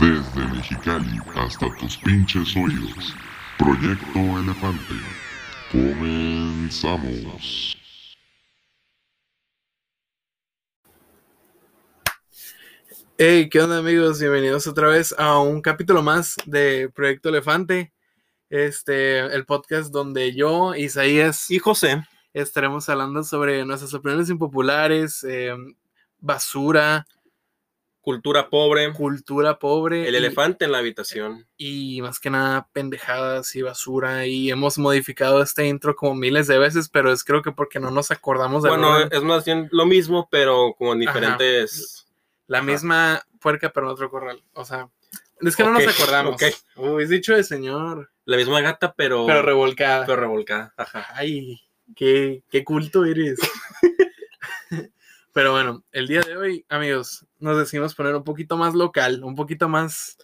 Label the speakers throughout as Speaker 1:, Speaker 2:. Speaker 1: Desde Mexicali hasta tus pinches hoyos. Proyecto Elefante. Comenzamos.
Speaker 2: Hey, ¿qué onda amigos? Bienvenidos otra vez a un capítulo más de Proyecto Elefante. Este, el podcast donde yo, Isaías
Speaker 3: Y José,
Speaker 2: estaremos hablando sobre nuestras opiniones impopulares, eh, basura,
Speaker 3: cultura pobre,
Speaker 2: cultura pobre.
Speaker 3: el
Speaker 2: y-
Speaker 3: elefante en la habitación.
Speaker 2: y más que nada pendejadas y basura y hemos modificado este intro como miles de veces, pero es creo que porque no nos acordamos de
Speaker 3: Bueno, eh, es más bien lo mismo, pero con diferentes...
Speaker 2: la misma puerca pero en otro corral, o sea, es que no
Speaker 3: Ok,
Speaker 2: nos acordamos.
Speaker 3: ok.
Speaker 2: Uy, es dicho de señor,
Speaker 3: La misma gata, pero,
Speaker 2: pero revolcada.
Speaker 3: pero revolcada. Ajá.
Speaker 2: Ay, qué, qué culto eres. pero bueno, el día de hoy, amigos, nos decidimos poner un poquito más local, un poquito más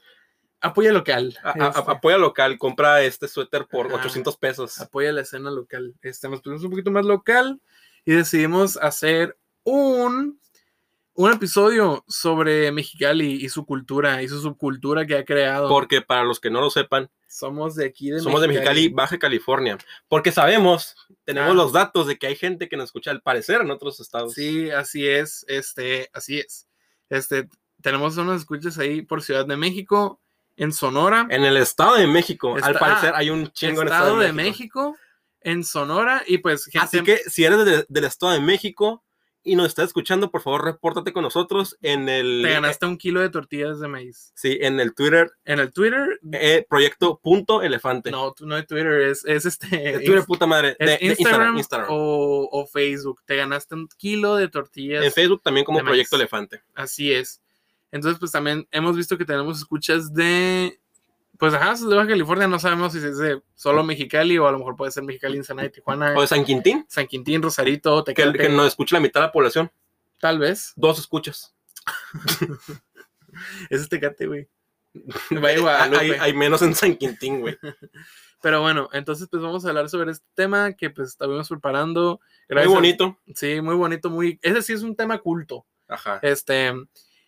Speaker 2: apoya local.
Speaker 3: A- a-
Speaker 2: este.
Speaker 3: apoya local, compra este suéter por
Speaker 2: Ajá.
Speaker 3: 800 pesos.
Speaker 2: apoya la escena local. Este, nos pusimos un poquito más local y decidimos hacer un, un episodio sobre Mexicali y su cultura y su subcultura que ha creado.
Speaker 3: Porque para los que no lo sepan,
Speaker 2: somos de aquí de
Speaker 3: somos de Mexicali, Baja California. Porque sabemos, tenemos
Speaker 2: Ah.
Speaker 3: los datos de que hay gente que nos escucha al parecer en otros estados.
Speaker 2: Sí, así es, este, así es. Este, tenemos unos escuchas ahí por Ciudad de México, en Sonora,
Speaker 3: En el Estado de México, al
Speaker 2: Está-
Speaker 3: parecer hay un chingo en el
Speaker 2: ah, Estado de México. en Sonora y pues gente
Speaker 3: Así que si eres de- del Estado de México y nos estás escuchando, por favor, repórtate con nosotros en el,
Speaker 2: te ganaste un kilo de tortillas de maíz.
Speaker 3: sí, en el Twitter
Speaker 2: En el Twitter,
Speaker 3: eh, proyecto punto elefante.
Speaker 2: no, no es Twitter, es, es este
Speaker 3: De Twitter, puta madre. De,
Speaker 2: Es
Speaker 3: de
Speaker 2: Instagram,
Speaker 3: Instagram. Instagram.
Speaker 2: O, o Facebook. Te ganaste un kilo de tortillas.
Speaker 3: En Facebook también como
Speaker 2: de maíz.
Speaker 3: Proyecto Elefante.
Speaker 2: Así es. Entonces, pues también hemos visto que tenemos escuchas de. Pues ajá, de Baja California. No sabemos si es de solo Mexicali o a lo mejor puede ser Mexicali, Ensenada y Tijuana.
Speaker 3: O de San Quintín,
Speaker 2: San Quintín, Rosarito,
Speaker 3: Pues, que,
Speaker 2: Tecate,
Speaker 3: que nos escucha la mitad de la población.
Speaker 2: tal vez.
Speaker 3: Dos escuchas.
Speaker 2: Ese es Tecate, güey. Valle de Guadalupe.
Speaker 3: Ah, Hay, hay menos en San Quintín, güey.
Speaker 2: Pero bueno, entonces pues vamos a hablar sobre este tema que pues estuvimos preparando.
Speaker 3: Muy
Speaker 2: a-
Speaker 3: bonito.
Speaker 2: Sí, muy bonito, muy... Ese sí es un tema culto.
Speaker 3: Ajá.
Speaker 2: Este,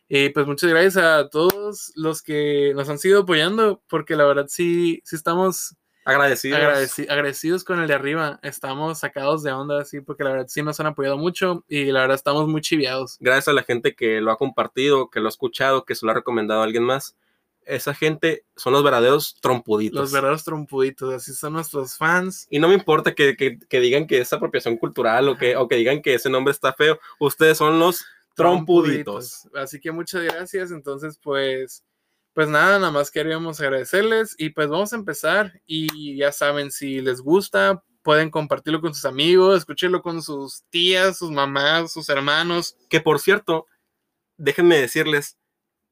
Speaker 2: y pues muchas gracias a todos los que nos han sido apoyando, porque la verdad sí, sí estamos
Speaker 3: Agradecidos.
Speaker 2: agradeci- agradecidos con el de arriba. Estamos sacados de onda, sí, porque la verdad sí nos han apoyado mucho y la verdad estamos muy chiviados.
Speaker 3: Gracias a la gente que lo ha compartido, que lo ha escuchado, que se lo ha recomendado a alguien más. Esa gente son los verdaderos trompuditos.
Speaker 2: Los verdaderos trompuditos, así son nuestros fans.
Speaker 3: Y no me importa que, que- que digan que es apropiación cultural o que, o que digan que ese nombre está feo. Ustedes son los trompuditos.
Speaker 2: Así que muchas gracias. Entonces, pues, pues nada, nada más queríamos agradecerles y pues vamos a empezar. Y ya saben, si les gusta, pueden compartirlo con sus amigos, escúchenlo con sus tías, sus mamás, sus hermanos.
Speaker 3: Que por cierto, déjenme decirles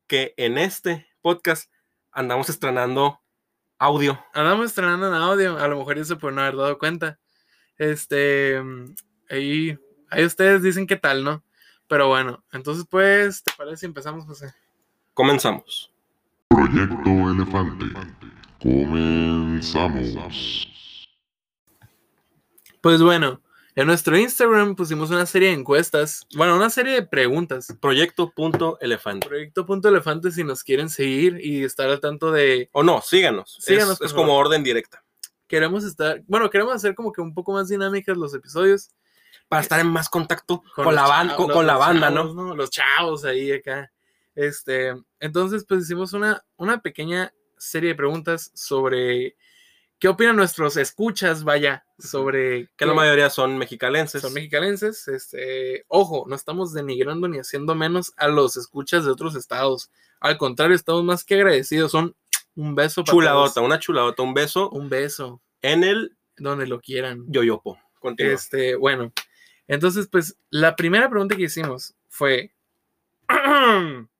Speaker 3: que en este podcast andamos estrenando audio.
Speaker 2: Andamos estrenando en audio, a lo mejor ya se pueden haber dado cuenta. Este, mm, ahí, ahí ustedes dicen qué tal, ¿no? Pero bueno, entonces pues, ¿te parece si empezamos, José?
Speaker 3: Comenzamos.
Speaker 1: Proyecto Elefante. Comenzamos.
Speaker 2: Pues bueno, en nuestro Instagram pusimos una serie de encuestas, bueno, una serie de preguntas.
Speaker 3: Proyecto punto elefante.
Speaker 2: Proyecto Punto Elefante si nos quieren seguir y estar al tanto de...
Speaker 3: O no, síganos. Es-
Speaker 2: Síganos,
Speaker 3: es,
Speaker 2: por
Speaker 3: como
Speaker 2: favor.
Speaker 3: orden directa.
Speaker 2: Queremos estar, bueno, queremos hacer como que un poco más dinámicas los episodios.
Speaker 3: Para estar en más contacto con,
Speaker 2: los
Speaker 3: la, ban-
Speaker 2: chavos,
Speaker 3: con,
Speaker 2: los-
Speaker 3: con la
Speaker 2: los
Speaker 3: banda,
Speaker 2: chavos,
Speaker 3: ¿no?
Speaker 2: Los chavos ahí acá. Este, entonces, pues hicimos una, una pequeña serie de preguntas sobre qué opinan nuestros escuchas, vaya, sobre
Speaker 3: Que la
Speaker 2: qué-
Speaker 3: mayoría son mexicalenses.
Speaker 2: son mexicalenses. Este, ojo, no estamos denigrando ni haciendo menos a los escuchas de otros estados. Al contrario, estamos más que agradecidos. Son un beso para
Speaker 3: Chuladota,
Speaker 2: todos.
Speaker 3: una chuladota, un beso
Speaker 2: Un beso,
Speaker 3: en el
Speaker 2: donde lo quieran.
Speaker 3: yoyopo. Continúa.
Speaker 2: Este, bueno. Entonces, pues, la primera pregunta que hicimos fue.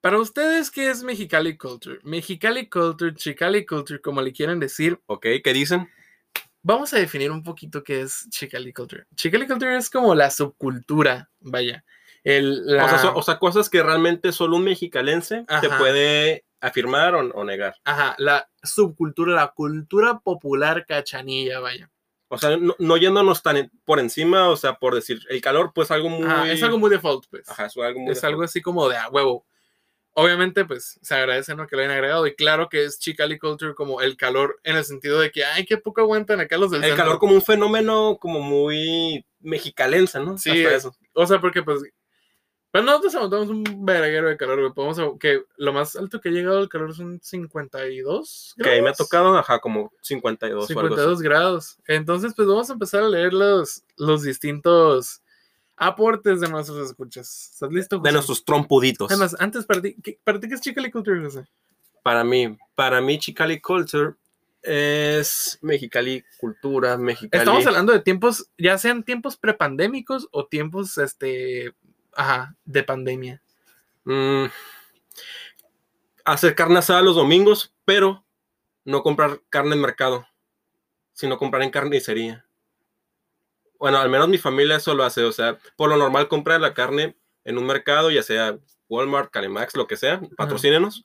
Speaker 2: Para ustedes, ¿qué es Mexicali Culture? Mexicali Culture, Chicali Culture, como le quieran decir,
Speaker 3: Ok, ¿qué dicen?
Speaker 2: vamos a definir un poquito qué es Chicali Culture. Chicali Culture es como la subcultura, vaya. El, la-
Speaker 3: O, sea, so- o sea, cosas que realmente solo un mexicalense te
Speaker 2: Ajá.
Speaker 3: puede afirmar o, o negar.
Speaker 2: ajá, la subcultura, la cultura popular cachanilla, vaya.
Speaker 3: O sea, no, no yéndonos tan en- por encima, o sea, por decir, el calor, pues algo muy...
Speaker 2: Ajá, es algo muy default, pues.
Speaker 3: Ajá, es algo muy...
Speaker 2: es algo así como de a "Ah, huevo. Obviamente, pues se agradece ¿no? que lo hayan agregado. Y claro que es Chick Culture como el calor en el sentido de que, ay, qué poco aguantan acá los del
Speaker 3: El
Speaker 2: centro".
Speaker 3: calor como un fenómeno como muy mexicalense, ¿no?
Speaker 2: Sí,
Speaker 3: Hasta
Speaker 2: eh,
Speaker 3: eso.
Speaker 2: O sea, porque pues. Pero nosotros aguantamos un verguero de calor, güey. Podemos, a- que lo más alto que ha llegado el calor son 52.
Speaker 3: Que ahí me ha
Speaker 2: grados.
Speaker 3: tocado, ajá, como 52, o algo así.
Speaker 2: 52 grados. Entonces, pues vamos a empezar a leer los, los distintos aportes de nuestros escuchas. ¿Estás listo?
Speaker 3: De
Speaker 2: José?
Speaker 3: nuestros trompuditos.
Speaker 2: Además, antes, ¿para ti qué, para ti qué es Chicken Culture, José?
Speaker 3: para mí, para mí Chicali Culture es Mexicali cultura, Mexicali.
Speaker 2: Estamos hablando de tiempos, ya sean tiempos prepandémicos o tiempos, este, ajá, de pandemia.
Speaker 3: Mm, hacer carne asada los domingos, pero no comprar carne en mercado, sino comprar en carnicería. Bueno, al menos mi familia eso lo hace, o sea, por lo normal compra la carne en un mercado, ya sea Walmart, Calimax, lo que sea, patrocínenos,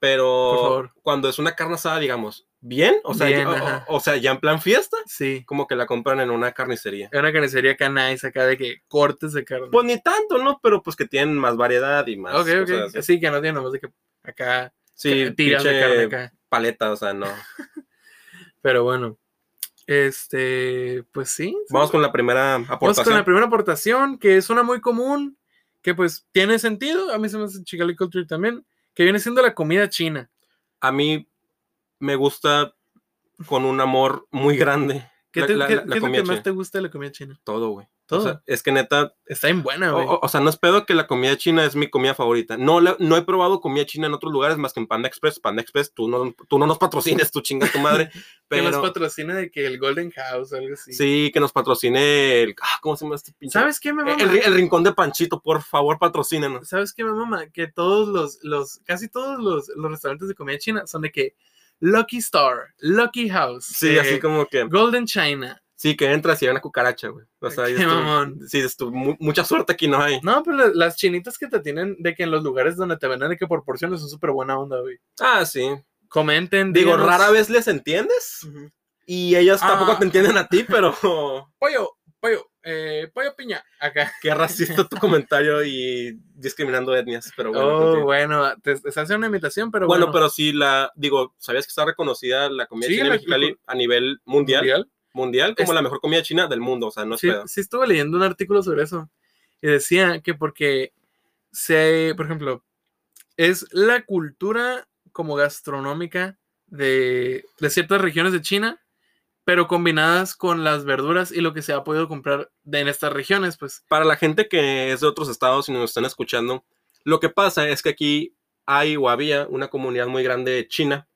Speaker 3: pero
Speaker 2: Por favor.
Speaker 3: cuando es una carne asada, digamos, bien, o sea,
Speaker 2: Bien,
Speaker 3: ya- o-
Speaker 2: ajá.
Speaker 3: o- o sea, ya en plan fiesta,
Speaker 2: Sí.
Speaker 3: como que la compran en una carnicería.
Speaker 2: Es una carnicería acá nice, acá de que cortes de carne.
Speaker 3: Pues ni tanto, ¿no? Pero pues que tienen más variedad y más.
Speaker 2: ok, ok.
Speaker 3: cosas así.
Speaker 2: sí, que no tiene nomás de que acá
Speaker 3: Sí,
Speaker 2: ca- tiras de
Speaker 3: pinche
Speaker 2: carne acá.
Speaker 3: paleta, o sea, no.
Speaker 2: Pero bueno, este, pues sí.
Speaker 3: Vamos con la primera
Speaker 2: Vamos con
Speaker 3: aportación.
Speaker 2: la primera aportación, que es una muy común, que pues tiene sentido, a mí se me hace Chicali Culture también, que viene siendo la comida china.
Speaker 3: A mí me gusta con un amor muy grande
Speaker 2: ¿Qué,
Speaker 3: La-
Speaker 2: te-
Speaker 3: la-
Speaker 2: qué-
Speaker 3: la-
Speaker 2: qué
Speaker 3: la
Speaker 2: es lo que
Speaker 3: comida
Speaker 2: más
Speaker 3: china.
Speaker 2: te gusta de la comida china?
Speaker 3: todo, güey.
Speaker 2: Todo.
Speaker 3: O sea, es que neta,
Speaker 2: Está bien buena,
Speaker 3: o,
Speaker 2: güey.
Speaker 3: o- o sea, no es pedo que la comida china es mi comida favorita. No, la- no he probado comida china en otros lugares más que en Panda Express. Panda Express, tú no, tú no nos patrocines, tú chingas tu madre.
Speaker 2: que nos
Speaker 3: pero
Speaker 2: patrocina de que el Golden House o algo así.
Speaker 3: sí, que nos patrocine el. ah, ¿Cómo se llama este pinche?
Speaker 2: ¿Sabes qué me mama?
Speaker 3: El, el rincón de Panchito, por favor, patrocínanos.
Speaker 2: ¿Sabes qué me mama? Que todos los, los casi todos los, los restaurantes de comida china son de que Lucky Star, Lucky House,
Speaker 3: Sí,
Speaker 2: eh,
Speaker 3: así como que.
Speaker 2: Golden China.
Speaker 3: Sí, que entras y hay una cucaracha, güey. O sea,
Speaker 2: Qué
Speaker 3: dices tú,
Speaker 2: mamón.
Speaker 3: Sí, dices tú, mu- mucha suerte aquí no hay.
Speaker 2: No, pero la- las chinitas que te tienen de que en los lugares donde te venden de que por porciones son súper buena onda, güey.
Speaker 3: Ah, sí.
Speaker 2: Comenten.
Speaker 3: Digo,
Speaker 2: díganos.
Speaker 3: rara vez les entiendes
Speaker 2: Ujú.
Speaker 3: y ellas
Speaker 2: Ah.
Speaker 3: tampoco te entienden a ti, pero
Speaker 2: Pollo, pollo, eh, pollo piña. Acá.
Speaker 3: qué racista tu comentario y discriminando etnias, pero bueno.
Speaker 2: oh,
Speaker 3: continúa.
Speaker 2: bueno, te, te hace una imitación, pero
Speaker 3: Bueno,
Speaker 2: bueno.
Speaker 3: pero sí, la, digo, ¿sabías que está reconocida la comida
Speaker 2: Sí,
Speaker 3: china en
Speaker 2: la-
Speaker 3: Mexicali a nivel mundial? Mundial, como
Speaker 2: Es-
Speaker 3: la mejor comida china del mundo, o sea, no es
Speaker 2: sí,
Speaker 3: pedo.
Speaker 2: sí estuve leyendo un artículo sobre eso. Y decía que porque se, por ejemplo, es la cultura como gastronómica de, de ciertas regiones de China, pero combinadas con las verduras y lo que se ha podido comprar de, en estas regiones, pues.
Speaker 3: Para la gente que es de otros estados y nos están escuchando, lo que pasa es que aquí hay o había una comunidad muy grande de China,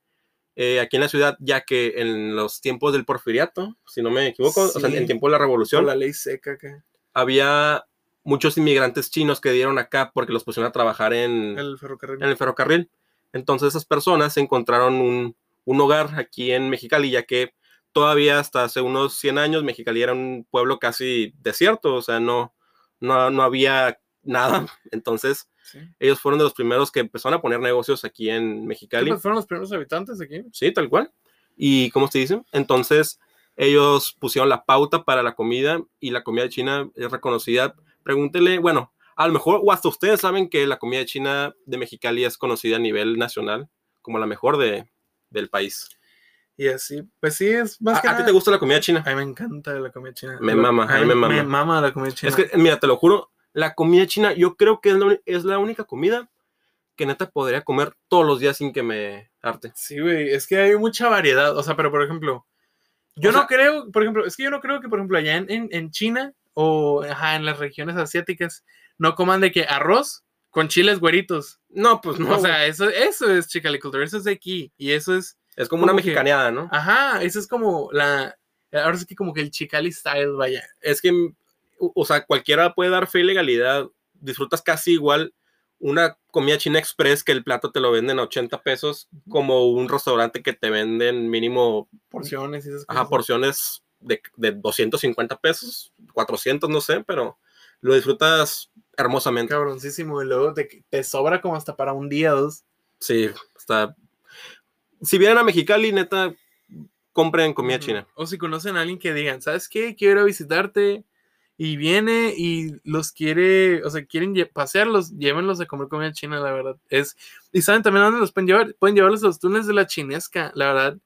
Speaker 3: eh, aquí en la ciudad, ya que en los tiempos del porfiriato, si no me equivoco, o sea,
Speaker 2: Sí.
Speaker 3: en tiempo de la revolución,
Speaker 2: la ley seca acá.
Speaker 3: había muchos inmigrantes chinos que dieron acá porque los pusieron a trabajar en Mm. en el,
Speaker 2: El ferrocarril.
Speaker 3: ferrocarril. Entonces esas personas encontraron un, un hogar aquí en Mexicali, ya que todavía hasta hace unos 100 años Mexicali era un pueblo casi desierto, o sea, no, no, no había nada. Entonces
Speaker 2: sí.
Speaker 3: ellos fueron de los primeros que empezaron a poner negocios aquí en
Speaker 2: Sí,
Speaker 3: Mexicali.
Speaker 2: pues, fueron los primeros habitantes aquí.
Speaker 3: Sí, tal cual. ¿Y cómo se dice? Entonces, ellos pusieron la pauta para la comida y la comida china es reconocida. Pregúntele, bueno, a lo mejor, o hasta ustedes saben que la comida china de Mexicali es conocida a nivel nacional como la mejor de, del país.
Speaker 2: Y así, pues sí, es más
Speaker 3: Ah, ¿A,
Speaker 2: que
Speaker 3: a ti
Speaker 2: nada-
Speaker 3: te gusta la comida china?
Speaker 2: A mí me encanta la comida china.
Speaker 3: Me
Speaker 2: Lo-
Speaker 3: mama, a mí me
Speaker 2: Me
Speaker 3: mama.
Speaker 2: mama la comida china.
Speaker 3: Es que, mira, te lo juro, la comida china yo creo que es la, uni- es la única comida que neta podría comer todos los días sin que me harte.
Speaker 2: Sí, güey, es que hay mucha variedad. O sea, pero por ejemplo, yo
Speaker 3: O
Speaker 2: no
Speaker 3: sea-
Speaker 2: creo, por ejemplo, es que yo no creo que, por ejemplo, allá en, en- en China o ajá, en las regiones asiáticas no coman de que arroz con chiles güeritos.
Speaker 3: No, pues no.
Speaker 2: o
Speaker 3: güey.
Speaker 2: sea, eso, eso es chicali culture, eso es de aquí. Y eso es,
Speaker 3: es como una
Speaker 2: como que-
Speaker 3: mexicaneada, ¿no?
Speaker 2: ajá, eso es como la, ahora sí que como que el chicali style, vaya.
Speaker 3: es que, mm, o o sea, cualquiera puede dar fe y legalidad. Disfrutas casi igual una comida china express que el plato te lo venden a 80 pesos, como un restaurante que te venden mínimo
Speaker 2: Porciones y esas cosas.
Speaker 3: ajá, porciones de, de 250 pesos, 400, no sé, pero lo disfrutas hermosamente.
Speaker 2: Cabroncísimo, y luego te, te sobra como hasta para un día dos.
Speaker 3: Sí, está. Si vienen a Mexicali, neta, compren comida
Speaker 2: Ujú.
Speaker 3: china.
Speaker 2: O si conocen a alguien que digan, ¿sabes qué? Quiero ir a visitarte. Y viene y los quiere, o sea, quieren lle- pasearlos, llévenlos a comer comida china, la verdad. Es, y saben también a dónde los pueden llevar, pueden llevarlos a los túneles de la chinesca, la verdad.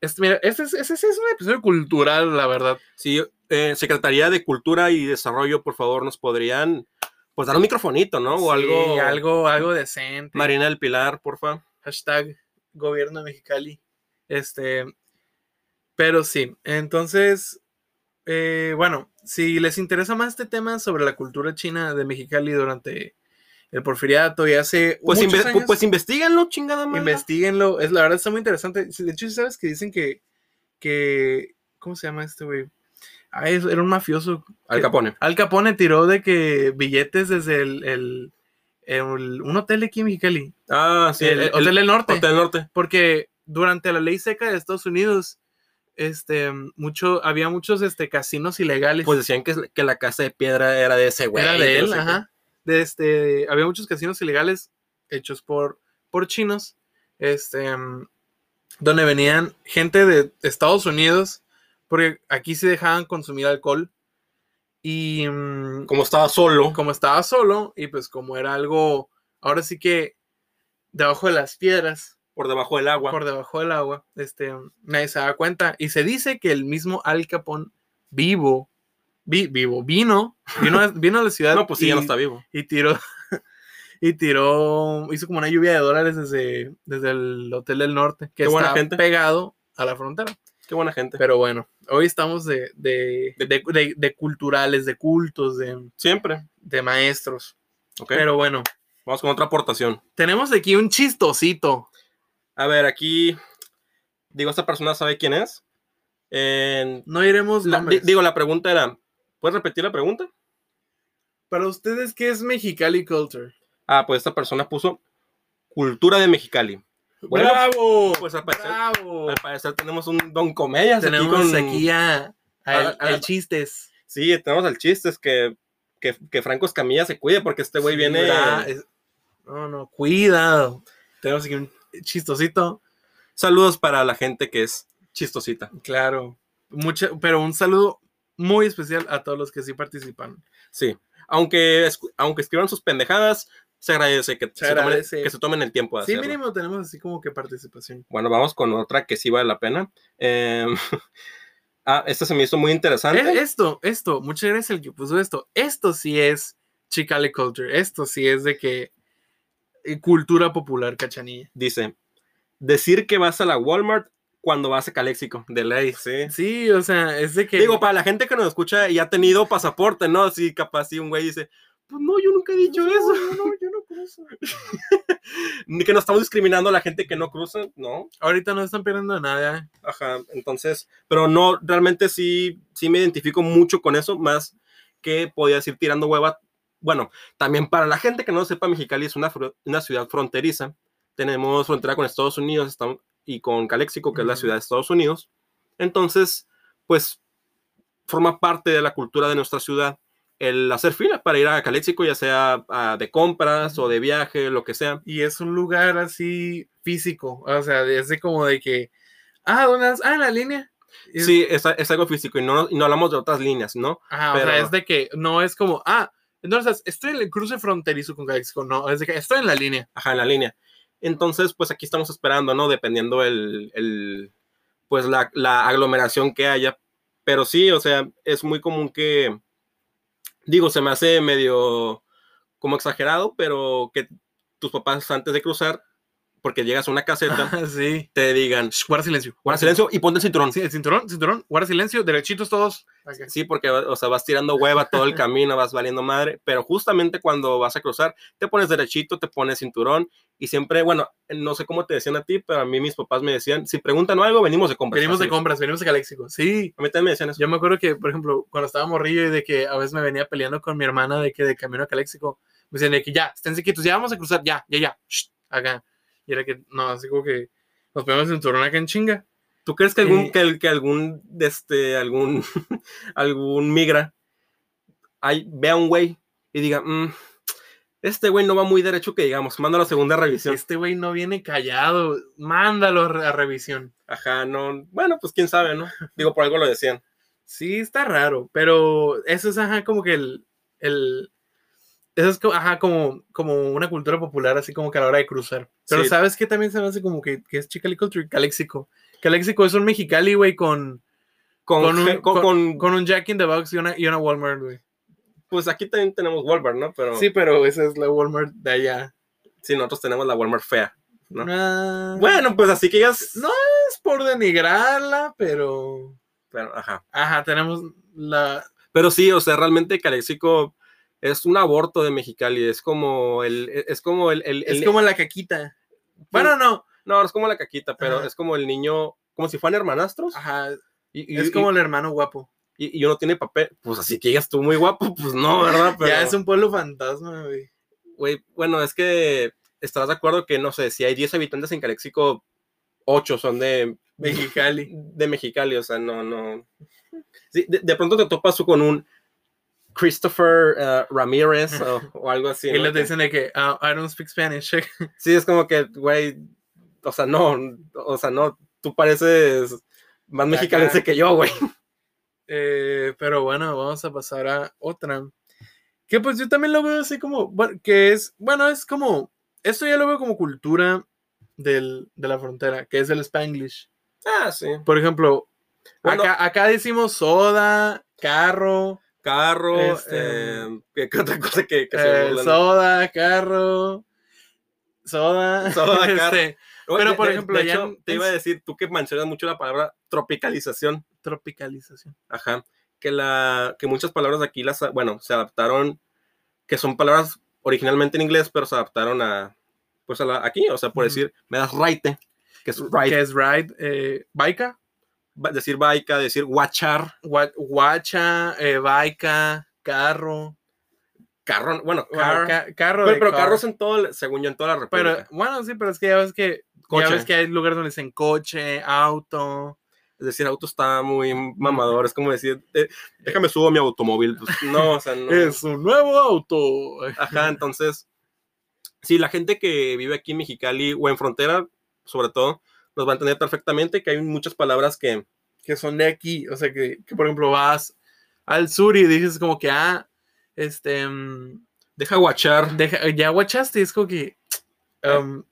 Speaker 2: Este, mira, este es, ese sí es un episodio cultural, la verdad.
Speaker 3: Sí, eh, Secretaría de Cultura y Desarrollo, por favor, nos podrían pues dar un microfonito, ¿no? O
Speaker 2: Sí,
Speaker 3: algo.
Speaker 2: algo, algo decente.
Speaker 3: Marina del Pilar, porfa.
Speaker 2: hashtag gobierno de mexicali. Este, pero sí, entonces, eh, bueno, si les interesa más este tema sobre la cultura china de Mexicali durante el porfiriato y hace
Speaker 3: Pues,
Speaker 2: muchos
Speaker 3: inve-
Speaker 2: años,
Speaker 3: pues investiguenlo, chingada madre.
Speaker 2: investiguenlo, es la verdad está muy interesante. Sí, De hecho, sí sabes que dicen que, que ¿cómo se llama este güey? Ah, es- era un mafioso.
Speaker 3: Al Capone.
Speaker 2: Al Capone tiró de que billetes desde el, el- el- un hotel aquí en Mexicali,
Speaker 3: Ah, sí,
Speaker 2: el, Eh, Hotel del Norte
Speaker 3: Hotel Norte.
Speaker 2: porque durante la ley seca de Estados Unidos, este, mucho, había muchos este, casinos ilegales.
Speaker 3: Pues decían que, que la casa de piedra era de ese güey.
Speaker 2: Era
Speaker 3: que
Speaker 2: de
Speaker 3: no
Speaker 2: él,
Speaker 3: sé qué.
Speaker 2: ajá. De este, había muchos casinos ilegales hechos por, por chinos, este, mm, donde venían gente de Estados Unidos, porque aquí sí dejaban consumir alcohol. Y mm,
Speaker 3: Como estaba solo.
Speaker 2: como estaba solo, y pues como era algo, ahora sí que debajo de las piedras,
Speaker 3: por debajo del agua.
Speaker 2: por debajo del agua, este, nadie se da cuenta. Y se dice que el mismo Al Capone vivo, vi- vivo, vino, vino a, vino a la ciudad
Speaker 3: No, pues sí, ya no
Speaker 2: y-
Speaker 3: está vivo.
Speaker 2: y tiró, y tiró, hizo como una lluvia de dólares desde, desde el Hotel del Norte, que
Speaker 3: Qué buena
Speaker 2: está
Speaker 3: gente.
Speaker 2: pegado a la frontera.
Speaker 3: Qué buena gente.
Speaker 2: Pero bueno, hoy estamos de, de, de- de- de culturales, de cultos, de,
Speaker 3: Siempre.
Speaker 2: de maestros.
Speaker 3: Ok.
Speaker 2: Pero bueno,
Speaker 3: Vamos con otra aportación.
Speaker 2: tenemos aquí un chistosito.
Speaker 3: A ver, aquí. Digo, esta persona sabe quién es. En-
Speaker 2: No iremos
Speaker 3: la- di-
Speaker 2: nombres.
Speaker 3: digo, la pregunta era. ¿Puedes repetir la pregunta?
Speaker 2: Para ustedes, ¿qué es Mexicali Culture?
Speaker 3: Ah, pues esta persona puso cultura de Mexicali. Bueno,
Speaker 2: ¡Bravo!
Speaker 3: pues, al parecer-
Speaker 2: ¡Bravo!
Speaker 3: Al parecer tenemos un don comedias aquí
Speaker 2: Tenemos
Speaker 3: con-
Speaker 2: aquí a, a el,
Speaker 3: a- a-
Speaker 2: el chistes.
Speaker 3: Sí, tenemos al chiste, es que, que, que Franco Escamilla se cuide porque este güey
Speaker 2: Sí,
Speaker 3: viene...
Speaker 2: ¿verdad? Ah, Es- No, no, cuidado. Tenemos aquí un chistosito.
Speaker 3: Saludos para la gente que es chistosita.
Speaker 2: Claro. Mucha, pero un saludo muy especial a todos los que sí participan.
Speaker 3: Sí, aunque, escu- aunque escriban sus pendejadas, se agradece que se,
Speaker 2: agradece.
Speaker 3: Tomen, que se tomen el tiempo de
Speaker 2: Sí,
Speaker 3: hacerlo.
Speaker 2: mínimo tenemos así como que participación.
Speaker 3: Bueno, vamos con otra que sí vale la pena. Eh, ah, esta se me hizo muy interesante.
Speaker 2: Eh, esto, esto, muchas gracias al que puso esto. Esto sí es Chicale Culture. Esto sí es de que eh, cultura popular cachanilla.
Speaker 3: Dice, decir que vas a la Walmart cuando vas a Caléxico, de ley, sí.
Speaker 2: Sí, o sea, es de que.
Speaker 3: Digo, para la gente que nos escucha y ha tenido pasaporte, ¿no? Así capaz si un güey dice, pues no, yo nunca he dicho eso.
Speaker 2: yo no cruzo.
Speaker 3: Ni que no estamos discriminando a la gente que no cruza, ¿no?
Speaker 2: Ahorita no están perdiendo nada.
Speaker 3: Ajá, entonces, pero no, realmente sí, sí me identifico mucho con eso, más que podía decir tirando hueva. Bueno, también para la gente que no sepa, Mexicali es una, fro- una ciudad fronteriza. Tenemos frontera con Estados Unidos estamos- y con Caléxico, que es la
Speaker 2: Ujú.
Speaker 3: ciudad de Estados Unidos. Entonces, pues, forma parte de la cultura de nuestra ciudad el hacer fila para ir a Caléxico, ya sea ah, de compras o de viaje, lo que sea.
Speaker 2: Y es un lugar así físico. O sea, es de como de que. Ah, donas, ah, en la línea. Y es-
Speaker 3: Sí, es, a- es algo físico y no, y no hablamos de otras líneas, ¿no?
Speaker 2: Ajá, Ah, o sea,
Speaker 3: pero-
Speaker 2: es de que no es como, ah, entonces estoy en el cruce fronterizo con Caléxico. No, es de que estoy en la línea.
Speaker 3: ajá, en la línea. Entonces, pues aquí estamos esperando, ¿no? Dependiendo el, el- pues la, la aglomeración que haya. Pero sí, o sea, es muy común que, digo, se me hace medio como exagerado, pero que tus papás antes de cruzar, porque llegas a una caseta,
Speaker 2: sí.
Speaker 3: te digan,
Speaker 2: Shh, guarda silencio.
Speaker 3: guarda silencio y ponte el cinturón.
Speaker 2: Sí,
Speaker 3: Sí,
Speaker 2: el cinturón, cinturón, guarda silencio, derechitos todos. Acá.
Speaker 3: porque, o sea, vas tirando hueva todo el camino, vas valiendo madre, pero justamente cuando vas a cruzar, te pones derechito, te pones cinturón y siempre, bueno, no sé cómo te decían a ti, pero a mí mis papás me decían, si preguntan algo, venimos de compras.
Speaker 2: Venimos de
Speaker 3: así.
Speaker 2: compras, venimos de Caléxico. Sí.
Speaker 3: A mí también me decían eso.
Speaker 2: Yo me acuerdo que, por ejemplo, cuando estaba morrillo y de que a veces me venía peleando con mi hermana de que de camino a Caléxico, me decían de que ya, estén quietos, ya vamos a cruzar, ya, ya, ya, shh, acá. Y era que, no, así como que nos ponemos el cinturón acá en chinga.
Speaker 3: ¿Tú crees que algún,
Speaker 2: Eh.
Speaker 3: que, el- que algún, de este, algún, algún migra hay, vea un güey y diga, "Mm, este güey no va muy derecho que digamos, manda la segunda revisión?
Speaker 2: Este güey no viene callado, mándalo a re- a revisión.
Speaker 3: Ajá, no, bueno, pues quién sabe, ¿no? Digo, por algo lo decían.
Speaker 2: Sí, está raro, pero eso es ajá, como que el, el- eso es co- ajá, como, como una cultura popular, así como que a la hora de cruzar. Pero
Speaker 3: Sí.
Speaker 2: ¿sabes qué también se me hace como que, que es Chicalico Caléxico? Caléxico es un Mexicali, güey, con,
Speaker 3: Con,
Speaker 2: Con un-
Speaker 3: ge- con- con-
Speaker 2: con un Jack in the Box y una, y una Walmart, güey.
Speaker 3: pues aquí también tenemos Walmart, ¿no? Pero
Speaker 2: Sí,
Speaker 3: sí,
Speaker 2: pero esa es la Walmart de allá.
Speaker 3: nosotros tenemos la Walmart fea. ¿no?
Speaker 2: Ah,
Speaker 3: Bueno, pues así que ya es-
Speaker 2: No. es por denigrarla, pero...
Speaker 3: Pero, ajá.
Speaker 2: Ajá, tenemos la...
Speaker 3: Pero sí, o sea, realmente Calexico es un aborto de Mexicali, es como el, e, es como el, el-
Speaker 2: Es
Speaker 3: el-
Speaker 2: como la caquita. Bueno, no.
Speaker 3: no, es como la caquita, pero
Speaker 2: Ajá.
Speaker 3: es como el niño, como si fueran hermanastros.
Speaker 2: Ajá,
Speaker 3: Y, y-
Speaker 2: es
Speaker 3: y-
Speaker 2: como el hermano guapo.
Speaker 3: y, y uno tiene papel, pues así que llegas tú muy guapo, pues no, ¿verdad? Pero,
Speaker 2: Ya es un pueblo fantasma, güey.
Speaker 3: güey, bueno, es que estarás de acuerdo que, no sé, si hay 10 habitantes en Calexico, 8 son de,
Speaker 2: Mexicali.
Speaker 3: de Mexicali, o sea, no, no. Sí, de, de pronto te topas tú con un Christopher eh, Ramírez o, o algo así.
Speaker 2: y
Speaker 3: ¿no?
Speaker 2: les dicen de que, "Ah, I don't speak Spanish.
Speaker 3: Sí, es como que, güey, o sea, no, o sea, no, tú pareces más mexicalense que yo, güey.
Speaker 2: Eh, pero bueno, vamos a pasar a otra. Que pues yo también lo veo así como, bueno, que es, bueno, es como, esto ya lo veo como cultura del, de la frontera, que es el Spanglish.
Speaker 3: Ah, sí.
Speaker 2: Por ejemplo,
Speaker 3: Bueno.
Speaker 2: acá, acá decimos soda, carro,
Speaker 3: Carro,
Speaker 2: Este-
Speaker 3: eh, ¿qué, qué otra cosa que, que
Speaker 2: eh,
Speaker 3: se burlan?
Speaker 2: soda, carro, soda,
Speaker 3: Soda,
Speaker 2: este,
Speaker 3: carro. Oye,
Speaker 2: Pero,
Speaker 3: de-
Speaker 2: por
Speaker 3: de-
Speaker 2: ejemplo,
Speaker 3: de
Speaker 2: allá
Speaker 3: hecho,
Speaker 2: en-
Speaker 3: te
Speaker 2: en
Speaker 3: iba a
Speaker 2: Ci-
Speaker 3: decir, tú que mencionas mucho la palabra tropicalización,
Speaker 2: tropicalización.
Speaker 3: ajá, que la que muchas palabras de aquí las a- bueno, se adaptaron que son palabras originalmente en inglés, pero se adaptaron a pues a la aquí, o sea, por
Speaker 2: Ujú.
Speaker 3: decir, me das raite, que es right,
Speaker 2: Que es ride, eh, baica,
Speaker 3: ba- decir baica, decir guachar,
Speaker 2: gua- guacha, eh, baica, carro.
Speaker 3: carro, bueno,
Speaker 2: Bueno,
Speaker 3: car,
Speaker 2: ca- carro
Speaker 3: pero,
Speaker 2: de
Speaker 3: pero
Speaker 2: car.
Speaker 3: carros en todo, el- según yo, en toda la
Speaker 2: Pero
Speaker 3: república.
Speaker 2: bueno, sí, pero es que ya ves que
Speaker 3: Coche.
Speaker 2: ya ves que hay lugares donde dicen coche, auto.
Speaker 3: Es decir, auto está muy mamador, es como decir, eh, déjame subo a mi automóvil, pues, no, o sea, no.
Speaker 2: un nuevo auto.
Speaker 3: Ajá, entonces, sí, la gente que vive aquí en Mexicali o en frontera, sobre todo, nos va a entender perfectamente que hay muchas palabras que,
Speaker 2: Que son de aquí, o sea que, que, por ejemplo vas al sur y dices como que ah este mm,
Speaker 3: deja guachar,
Speaker 2: deja- ya guachaste, y es como que em,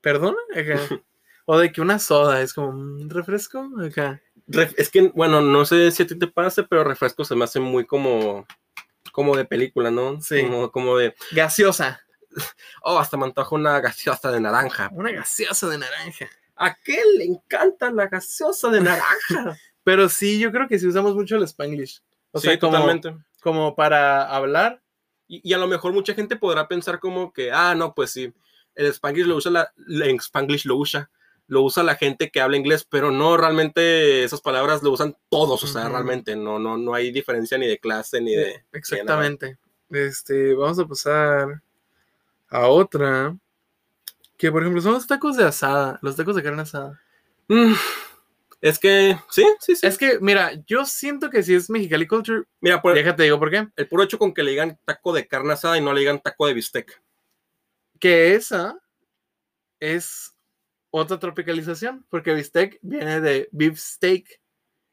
Speaker 2: perdona, Ajá. o de que una soda es como un refresco acá.
Speaker 3: Ref- es que, bueno, no sé si a ti te pase, pero refresco se me hace muy como, como de película, ¿no?
Speaker 2: Sí.
Speaker 3: Como, como de,
Speaker 2: Gaseosa,
Speaker 3: oh, hasta me antoja una gaseosa de naranja.
Speaker 2: una gaseosa de naranja.
Speaker 3: ¿A qué le encanta la gaseosa de naranja?
Speaker 2: Pero sí, yo creo que sí usamos mucho el spanglish. O
Speaker 3: sí,
Speaker 2: sea, como,
Speaker 3: totalmente.
Speaker 2: como para hablar,
Speaker 3: Y, y a lo mejor mucha gente podrá pensar como que, ah, no, pues sí, el Spanglish lo usa la, la- en Spanglish lo usa, lo usa la gente que habla inglés, pero no, realmente esas palabras lo usan todos, o sea,
Speaker 2: Ujú.
Speaker 3: realmente no, no, no hay diferencia ni de clase ni de...
Speaker 2: Exactamente. Este, vamos a pasar a otra. Que por ejemplo son los tacos de asada, los tacos de carne asada.
Speaker 3: Mm, es que, sí, sí, sí.
Speaker 2: Es que, mira, yo siento que si es Mexicali Culture,
Speaker 3: Mira, por el,
Speaker 2: déjate digo por qué.
Speaker 3: puro hecho con que le digan taco de carne asada y no le digan taco de bistec.
Speaker 2: Que esa es otra tropicalización, porque bistec viene de beef steak,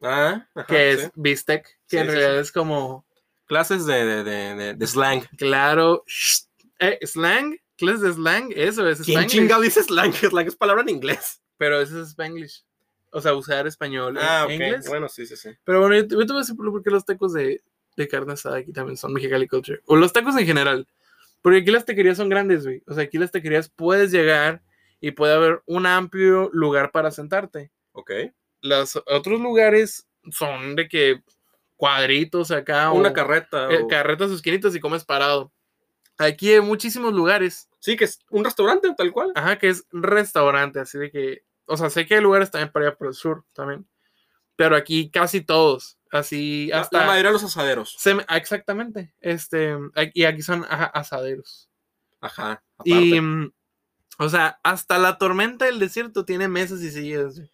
Speaker 3: Ah, ajá,
Speaker 2: que
Speaker 3: sí.
Speaker 2: es bistec, que
Speaker 3: Sí,
Speaker 2: en
Speaker 3: sí,
Speaker 2: realidad es como,
Speaker 3: Clases de, de, de, de- de slang.
Speaker 2: claro, sh- eh, slang, clases de slang, eso es
Speaker 3: ¿Quién
Speaker 2: spanglish.
Speaker 3: chingado dice slang? Slang es palabra en inglés.
Speaker 2: Pero eso es spanglish. O sea, usar español en inglés.
Speaker 3: Ah, Bueno, sí, sí, sí.
Speaker 2: Pero bueno, yo, yo te voy a decir por qué los tacos de, de carne asada aquí también son Mexicali Culture. O los tacos en general. Porque aquí las taquerías son grandes, güey. O sea, aquí las taquerías puedes llegar y puede haber un amplio lugar para sentarte.
Speaker 3: Ok.
Speaker 2: Los otros lugares son de que cuadritos acá.
Speaker 3: Una
Speaker 2: o,
Speaker 3: carreta.
Speaker 2: eh,
Speaker 3: o-
Speaker 2: carretas, sus quinitos y comes parado. Aquí hay muchísimos lugares.
Speaker 3: Sí, que es un restaurante tal cual.
Speaker 2: Ajá, que es restaurante, así de que, o sea, sé que hay lugares también para allá por el sur también, pero aquí casi todos, así
Speaker 3: La- La,
Speaker 2: hasta...
Speaker 3: mayoría de los asaderos.
Speaker 2: se me- ah, exactamente, este, ac- y aquí son ajá, asaderos.
Speaker 3: Ajá.
Speaker 2: Y,
Speaker 3: aparte.
Speaker 2: mm, o sea, hasta la tormenta del desierto tiene mesas y sillas. güey.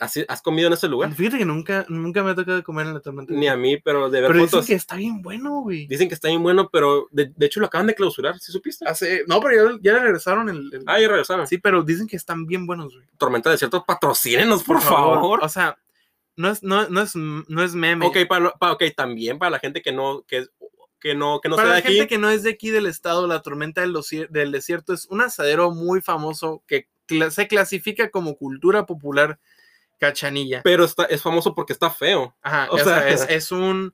Speaker 3: Así, ¿Has comido en ese lugar?
Speaker 2: Fíjate que nunca, nunca me ha tocado comer en la tormenta. del
Speaker 3: Ni a
Speaker 2: desierto.
Speaker 3: mí, pero de ver
Speaker 2: Pero dicen
Speaker 3: fotos.
Speaker 2: que está bien bueno, güey.
Speaker 3: Dicen que está bien bueno, pero de, de hecho lo acaban de clausurar, ¿sí supiste?
Speaker 2: Hace- no, pero ya, ya le regresaron el... el-
Speaker 3: Ah, ya regresaron.
Speaker 2: Sí, pero dicen que están bien buenos, güey.
Speaker 3: Tormenta de Desierto, patrocínenos, por favor.
Speaker 2: O sea, no es, no, no es, no es meme.
Speaker 3: Ok, para, para- ok, también para la gente que no, que, que no, que no
Speaker 2: Para
Speaker 3: sea
Speaker 2: la
Speaker 3: de aquí.
Speaker 2: gente que no es de aquí del estado, la tormenta del, dosier- del desierto es un asadero muy famoso que cla- se clasifica como cultura popular cachanilla.
Speaker 3: Pero está, es famoso porque está feo.
Speaker 2: Ajá,
Speaker 3: o
Speaker 2: o sea,
Speaker 3: sea-
Speaker 2: es, es un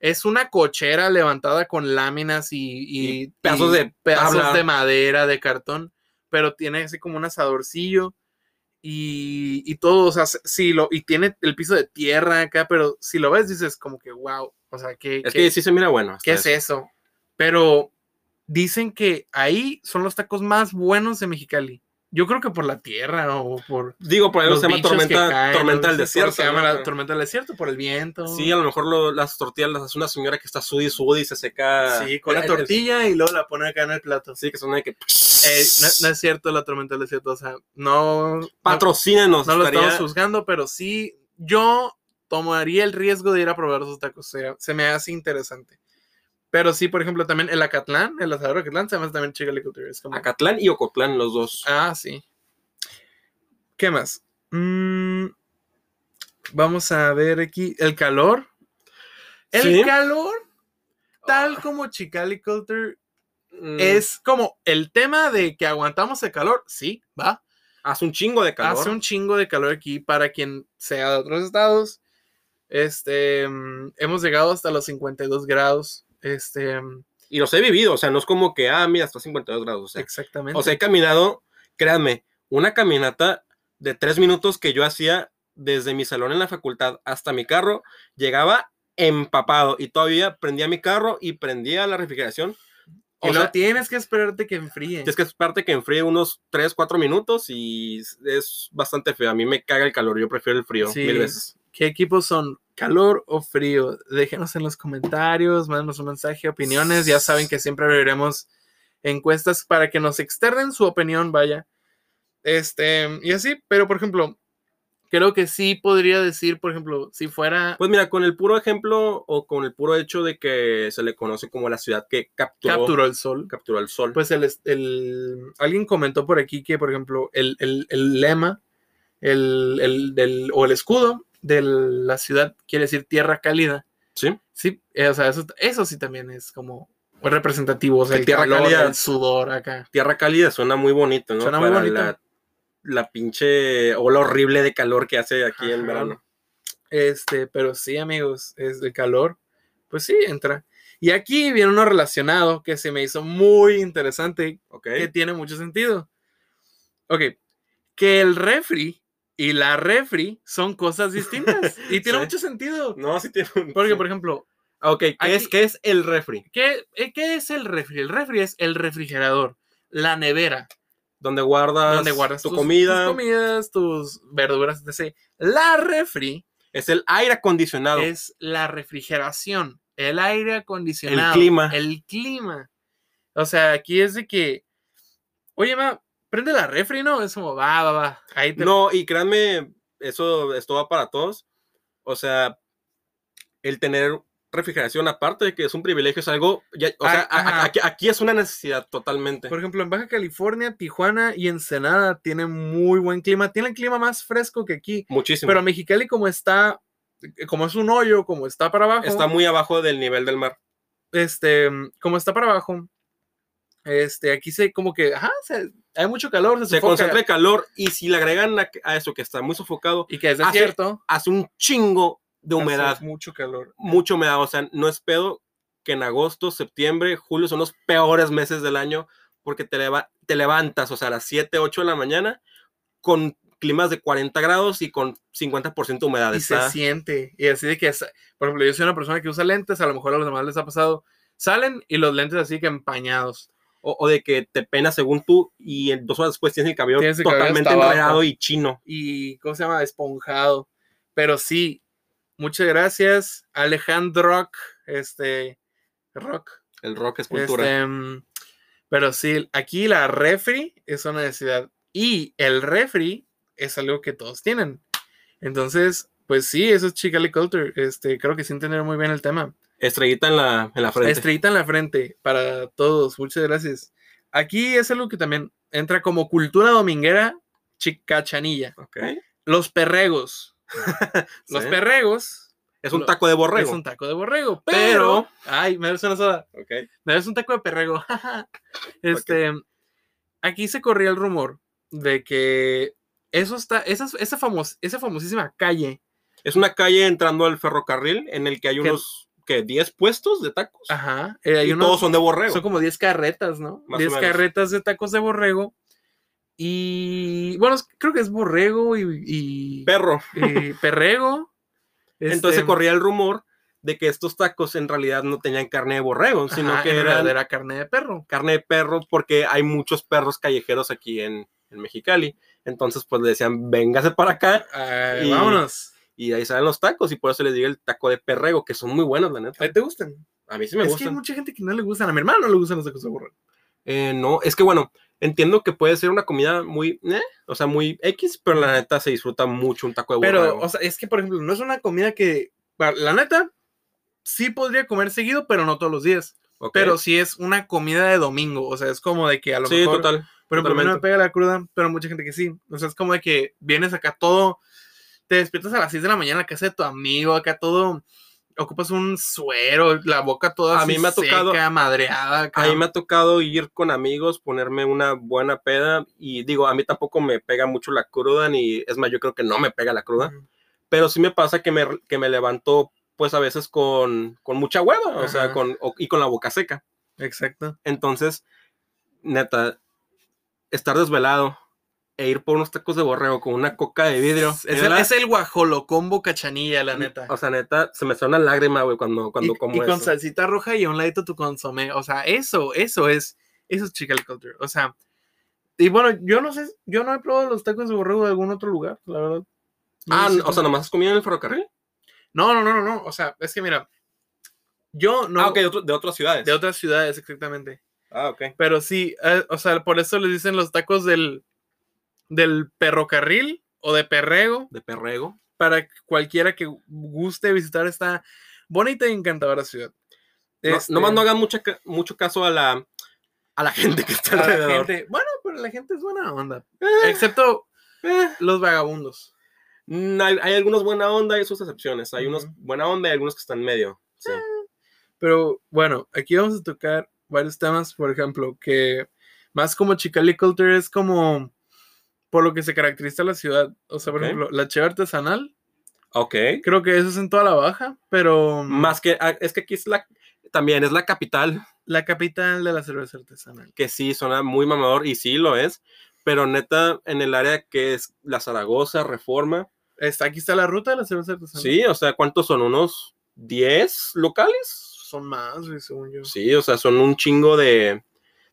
Speaker 2: es una cochera levantada con láminas y, y-
Speaker 3: Y pedazos
Speaker 2: y
Speaker 3: de
Speaker 2: pedazos
Speaker 3: tabla.
Speaker 2: de madera, de cartón, pero tiene así como un asadorcillo y, y todo, o sea, sí lo y tiene el piso de tierra acá, pero si lo ves dices como que wow, o sea, que
Speaker 3: Es que sí se mira bueno. hasta
Speaker 2: ¿Qué es
Speaker 3: eso.
Speaker 2: eso? Pero dicen que ahí son los tacos más buenos de Mexicali. Yo creo que por la tierra o por
Speaker 3: Digo, por algo
Speaker 2: los
Speaker 3: se llama
Speaker 2: bichos que
Speaker 3: tormenta,
Speaker 2: caen,
Speaker 3: tormenta
Speaker 2: ¿no?
Speaker 3: del
Speaker 2: Sí, por eso
Speaker 3: desierto.
Speaker 2: Se llama
Speaker 3: ¿no?
Speaker 2: la tormenta del desierto por el viento.
Speaker 3: Sí, a lo mejor lo- las tortillas las hace una señora que está sudi, sudi y se seca.
Speaker 2: Sí, con la
Speaker 3: el- el-
Speaker 2: tortilla y luego la pone acá en el plato.
Speaker 3: Sí, que son de que. pues,
Speaker 2: Eh, no, no es cierto la tormenta del desierto, o sea, no no-
Speaker 3: Patrocínenos.
Speaker 2: no, lo
Speaker 3: estaría-
Speaker 2: estamos juzgando, pero sí yo tomaría el riesgo de ir a probar esos tacos, o sea, se me hace interesante. Pero sí, por ejemplo, también el Acatlán, el asador Acatlán se llama también Chicalicotería, es como
Speaker 3: Acatlán y Ocotlán, los dos.
Speaker 2: Ah, sí. ¿Qué más? Mm, vamos a ver aquí. El calor. El
Speaker 3: Sí. Ah.
Speaker 2: calor, tal como Chicali Culture,
Speaker 3: Mm,
Speaker 2: es como el tema de que aguantamos el calor. Sí, va.
Speaker 3: Hace un chingo de calor.
Speaker 2: Hace un chingo de calor aquí para quien sea de otros estados. Este, mm, hemos llegado hasta los 52 grados. Este, mm,
Speaker 3: Y los he vivido, o sea, no es como que, ah, mira, está a 52 grados. O sea,
Speaker 2: exactamente.
Speaker 3: o sea, he caminado, créanme, una caminata de tres minutos que yo hacía desde mi salón en la facultad hasta mi carro, llegaba empapado y todavía prendía mi carro y prendía la refrigeración.
Speaker 2: Y
Speaker 3: O
Speaker 2: luego
Speaker 3: sea,
Speaker 2: tienes que esperarte que enfríe.
Speaker 3: es que es parte que enfríe unos 3, 4 minutos y es- es bastante feo. A mí me caga el calor, yo prefiero el frío
Speaker 2: Sí.
Speaker 3: mil veces.
Speaker 2: ¿Qué equipos son? ¿Calor o frío? Déjenos en los comentarios, mándenos un mensaje, opiniones. Ya saben que siempre abriremos encuestas para que nos externen su opinión, vaya. Este, y así, pero por ejemplo, creo que sí podría decir, por ejemplo, si fuera
Speaker 3: Pues mira, con el puro ejemplo o con el puro hecho de que se le conoce como la ciudad que capturó,
Speaker 2: capturó el sol,
Speaker 3: capturó el sol.
Speaker 2: pues el, es- el- alguien comentó por aquí que, por ejemplo, el, el- el lema el, el- del- o el escudo de la ciudad quiere decir tierra cálida.
Speaker 3: sí.
Speaker 2: Sí, eh, o sea, eso, eso sí también es como representativo, o sea,
Speaker 3: Que
Speaker 2: el
Speaker 3: tierra
Speaker 2: calor,
Speaker 3: cálida.
Speaker 2: el sudor acá.
Speaker 3: Tierra cálida suena muy bonito, ¿no?
Speaker 2: Suena muy bonito.
Speaker 3: La, la pinche ola horrible de calor que hace aquí en
Speaker 2: Ajá.
Speaker 3: verano.
Speaker 2: Este, pero sí, amigos, es de calor, pues sí, entra. Y aquí viene uno relacionado que se me hizo muy interesante,
Speaker 3: ¿Ok?
Speaker 2: que tiene mucho sentido. Ok, que el refri y la refri son cosas distintas y tiene
Speaker 3: Sí.
Speaker 2: mucho sentido.
Speaker 3: No, sí tiene un...
Speaker 2: Porque,
Speaker 3: sí.
Speaker 2: por ejemplo,
Speaker 3: Ah, Ok, ¿qué,
Speaker 2: aquí-
Speaker 3: es, ¿qué es el refri?
Speaker 2: ¿qué, eh, ¿qué es el refri? El refri es el refrigerador, la nevera,
Speaker 3: Donde guardas,
Speaker 2: donde guardas
Speaker 3: tu
Speaker 2: tus-
Speaker 3: comida.
Speaker 2: tus comidas, tus verduras, etc. La refri
Speaker 3: Es el aire acondicionado.
Speaker 2: es la refrigeración, el aire acondicionado,
Speaker 3: clima.
Speaker 2: el clima. O sea, aquí es de que, oye, ma, prende la refri, ¿no? Es como, va, va, va. Ahí te-
Speaker 3: No, y créanme, eso esto va para todos. O sea, el tener refrigeración aparte de que es un privilegio, es algo, ya- o
Speaker 2: Ah,
Speaker 3: sea, a- a-
Speaker 2: ajá.
Speaker 3: aquí, aquí es una necesidad totalmente.
Speaker 2: Por ejemplo, en Baja California, Tijuana y Ensenada tienen muy buen clima. Tienen el clima más fresco que aquí.
Speaker 3: Muchísimo.
Speaker 2: Pero Mexicali, como está, como es un hoyo, como está para abajo.
Speaker 3: Está muy abajo del nivel del mar.
Speaker 2: este, mm, como está para abajo, este, aquí se como que, ajá, se- hay mucho calor, se,
Speaker 3: Se
Speaker 2: sufoca,
Speaker 3: concentra el calor y si le agregan a, a eso que está muy sofocado,
Speaker 2: y que es
Speaker 3: hace
Speaker 2: desierto,
Speaker 3: hace un chingo de
Speaker 2: hace
Speaker 3: Ah, humedad,
Speaker 2: mucho calor.
Speaker 3: mucho humedad. O sea, no es pedo que en agosto, septiembre, julio son los peores meses del año porque te, leva- te levantas, o sea, a las 7, 8 de la mañana con climas de 40 grados y con 50% de humedad.
Speaker 2: Y
Speaker 3: Ah, Está-
Speaker 2: se siente, y así de que, sa- por ejemplo, yo soy una persona que usa lentes, a lo mejor a los demás les ha pasado, salen y los lentes así que empañados.
Speaker 3: o, o de que te penas según tú y en dos horas después tienes el cabello
Speaker 2: Tienes el cabello
Speaker 3: totalmente
Speaker 2: hasta abajo.
Speaker 3: enredado y chino.
Speaker 2: y ¿cómo se llama? esponjado. Pero sí, muchas gracias, Alejandro Rock, este Rock.
Speaker 3: El rock es cultura.
Speaker 2: este, mm, pero sí, aquí la refri es una necesidad y el refri es algo que todos tienen. Entonces, pues sí, eso es Chicali Culture. Este, creo que sí entendieron muy bien el tema.
Speaker 3: Estrellita en la, en la frente.
Speaker 2: Estrellita en la frente para todos. Muchas gracias. Aquí es algo que también entra como cultura dominguera chicachanilla.
Speaker 3: Ok.
Speaker 2: Los perregos. Los
Speaker 3: Sí.
Speaker 2: perregos
Speaker 3: Es un
Speaker 2: lo-
Speaker 3: taco de borrego.
Speaker 2: es un taco de borrego, pero,
Speaker 3: Pero-
Speaker 2: ay, me debes una soda,
Speaker 3: Ok.
Speaker 2: me debes un taco de perrego. este, aquí se corría el rumor de que eso está, esas, esa, famos, esa famosísima calle,
Speaker 3: Es una calle entrando al ferrocarril en el que hay
Speaker 2: Que-
Speaker 3: unos, ¿qué? ¿10 puestos de tacos?
Speaker 2: ajá, eh, hay
Speaker 3: y
Speaker 2: unos-
Speaker 3: todos son de borrego.
Speaker 2: Son como 10 carretas, ¿no?
Speaker 3: Más o
Speaker 2: 10
Speaker 3: menos.
Speaker 2: carretas de tacos de borrego. Y bueno, es- creo que es borrego y, y-
Speaker 3: Perro.
Speaker 2: y perrego.
Speaker 3: Entonces
Speaker 2: Este,
Speaker 3: corría el rumor de que estos tacos en realidad no tenían carne de borrego,
Speaker 2: ajá,
Speaker 3: sino que
Speaker 2: en
Speaker 3: eran
Speaker 2: realidad era carne de perro.
Speaker 3: carne de perro porque hay muchos perros callejeros aquí en, en Mexicali. Entonces, pues le decían, véngase para acá
Speaker 2: Ah,
Speaker 3: Y-
Speaker 2: Vámonos.
Speaker 3: y ahí salen los tacos y por eso les digo el taco de perrego, que son muy buenos, la neta.
Speaker 2: ¿A ti te gustan?
Speaker 3: A mí sí me
Speaker 2: es que hay
Speaker 3: gustan.
Speaker 2: mucha gente que no le gustan. A mi hermano no le gustan los tacos de borrego.
Speaker 3: Eh, no, es que bueno, entiendo que puede ser una comida muy, eh, o sea, muy X, pero la neta se disfruta mucho un taco de
Speaker 2: Pero,
Speaker 3: borrego.
Speaker 2: o sea, es que, por ejemplo, no es una comida que, pa- la neta, sí podría comer seguido, pero no todos los días.
Speaker 3: ¿ok?
Speaker 2: Pero sí es una comida de domingo. O sea, es como de que a lo
Speaker 3: sí,
Speaker 2: mejor.
Speaker 3: total.
Speaker 2: Pero por lo menos me
Speaker 3: Totalmente.
Speaker 2: pega la cruda, pero mucha gente que sí. O sea, es como de que vienes acá todo, te despiertas a las 6 de la mañana en la casa de tu amigo, acá todo, ocupas un suero, la boca toda
Speaker 3: A
Speaker 2: así
Speaker 3: mí me ha tocado-
Speaker 2: seca, madreada.
Speaker 3: A
Speaker 2: acá.
Speaker 3: mí me ha tocado ir con amigos, ponerme una buena peda y digo, a mí tampoco me pega mucho la cruda, ni es más, yo creo que no me pega la cruda,
Speaker 2: Ujú.
Speaker 3: pero sí me pasa que me, que me levanto pues a veces con, con mucha hueva, o sea,
Speaker 2: Ajá.
Speaker 3: con, o- y con la boca seca.
Speaker 2: Exacto.
Speaker 3: Entonces, neta, estar desvelado e ir por unos tacos de borrego con una coca de vidrio.
Speaker 2: Es, es el,
Speaker 3: neta,
Speaker 2: es el guajolo combo cachanilla, la neta.
Speaker 3: O sea, neta, se me sale una lágrima, güey, cuando, cuando
Speaker 2: y,
Speaker 3: como
Speaker 2: y con
Speaker 3: eso.
Speaker 2: salsita roja y a un ladito tu consomé. O sea, eso, eso es, eso es chicken culture. O sea, y bueno, yo no sé, yo no he probado los tacos de borrego de algún otro lugar, la verdad. No
Speaker 3: Ah,
Speaker 2: sé si
Speaker 3: o
Speaker 2: tú-
Speaker 3: sea, nomás has comido en el ferrocarril.
Speaker 2: No, no, no, no, no. O sea, es que mira, yo no.
Speaker 3: ah, ok, de, otro- de otras ciudades.
Speaker 2: De otras ciudades, exactamente.
Speaker 3: Ah, ok.
Speaker 2: Pero sí, eh, o sea, por eso les dicen los tacos del, del perrocarril o de perrego,
Speaker 3: De perrego.
Speaker 2: para cualquiera que guste visitar esta bonita y encantadora ciudad.
Speaker 3: No-
Speaker 2: Este,
Speaker 3: nomás no hagan mucha ca- mucho caso a la, a la gente que
Speaker 2: a
Speaker 3: está
Speaker 2: la
Speaker 3: alrededor.
Speaker 2: gente- Bueno, pero la gente es buena onda.
Speaker 3: Eh,
Speaker 2: Excepto
Speaker 3: eh,
Speaker 2: los vagabundos.
Speaker 3: mm, hay, hay algunos buena onda y sus excepciones. Hay unos
Speaker 2: Ujú. Eh.
Speaker 3: buena onda y algunos que están medio. sí.
Speaker 2: Pero bueno, aquí vamos a tocar varios temas, por ejemplo, que más como Chicali Culture es como por lo que se caracteriza la ciudad. O sea, por
Speaker 3: Ok.
Speaker 2: ejemplo, la cheve artesanal,
Speaker 3: Ok.
Speaker 2: creo que eso es en toda la baja, pero
Speaker 3: Más que, ah, es que aquí es la, también es la capital,
Speaker 2: la capital de la cerveza artesanal.
Speaker 3: que sí suena muy mamador y sí lo es, pero neta en el área que es la Zaragoza, Reforma.
Speaker 2: Está, aquí está la ruta de la cerveza artesanal.
Speaker 3: Sí, o sea, ¿cuántos son? ¿Unos 10 locales?
Speaker 2: Son más, güey, según yo.
Speaker 3: Sí, o sea, son un chingo de,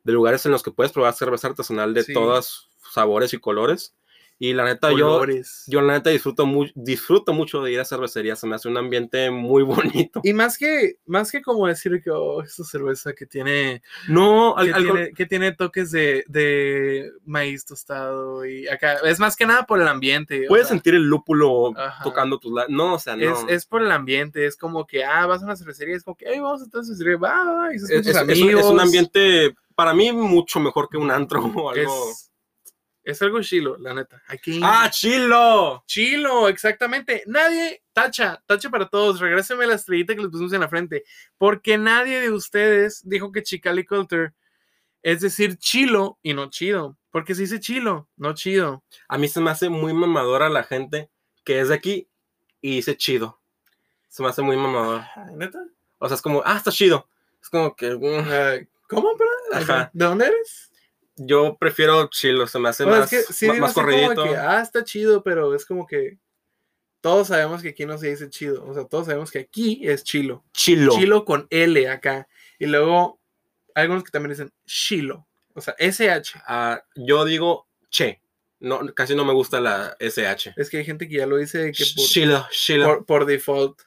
Speaker 3: de lugares en los que puedes probar cerveza artesanal de
Speaker 2: Sí.
Speaker 3: todos sabores y colores. Y la neta, yo,
Speaker 2: Colores.
Speaker 3: yo la neta disfruto, mu- disfruto mucho de ir a cervecerías. Se me hace un ambiente muy bonito.
Speaker 2: Y más que, más que como decir que oh, esta cerveza que tiene,
Speaker 3: No, al-
Speaker 2: que
Speaker 3: algo-
Speaker 2: tiene, que tiene toques de, de maíz tostado y acá, es más que nada por el ambiente. o
Speaker 3: puedes
Speaker 2: sea,
Speaker 3: sentir el lúpulo
Speaker 2: Ajá.
Speaker 3: tocando tus labios. No, o sea, no.
Speaker 2: Es, es por el ambiente, es como que, ah, vas a una cervecería, es como que, hey, vamos a una cervecería, va, va, va", y estás con
Speaker 3: Es-
Speaker 2: tus
Speaker 3: es- es un- es un
Speaker 2: amigos,
Speaker 3: ambiente para mí mucho mejor que un antro o algo.
Speaker 2: Es, es algo chilo, la neta. Aquí.
Speaker 3: ¡Ah, chilo!
Speaker 2: chilo, exactamente. Nadie, tacha, tacha para todos, regréseme la estrellita que les pusimos en la frente, porque nadie de ustedes dijo que Chicali Culture es decir chilo y no chido, porque se dice chilo, no chido.
Speaker 3: A mí se me hace muy mamadora la gente que es de aquí y dice chido. Se me hace muy mamador.
Speaker 2: ¿Neta?
Speaker 3: O sea, es como, ah, está chido. Es como que mm,
Speaker 2: ¿Cómo, perdón?
Speaker 3: Ajá.
Speaker 2: ¿De dónde eres?
Speaker 3: yo prefiero chilo, se me hace
Speaker 2: O sea,
Speaker 3: más,
Speaker 2: Pues es que sí
Speaker 3: ma-
Speaker 2: digo
Speaker 3: más
Speaker 2: así como de
Speaker 3: corridito.
Speaker 2: que, ah, está chido, pero es como que todos sabemos que aquí no se dice chido. O sea, todos sabemos que aquí es chilo.
Speaker 3: Chilo.
Speaker 2: Chilo con L acá. Y luego algunos que también dicen chilo. O sea, SH.
Speaker 3: Ah, yo digo che. No, casi no me gusta la SH.
Speaker 2: Es que hay gente que ya lo dice de que por,
Speaker 3: Chilo, chilo.
Speaker 2: por, por default.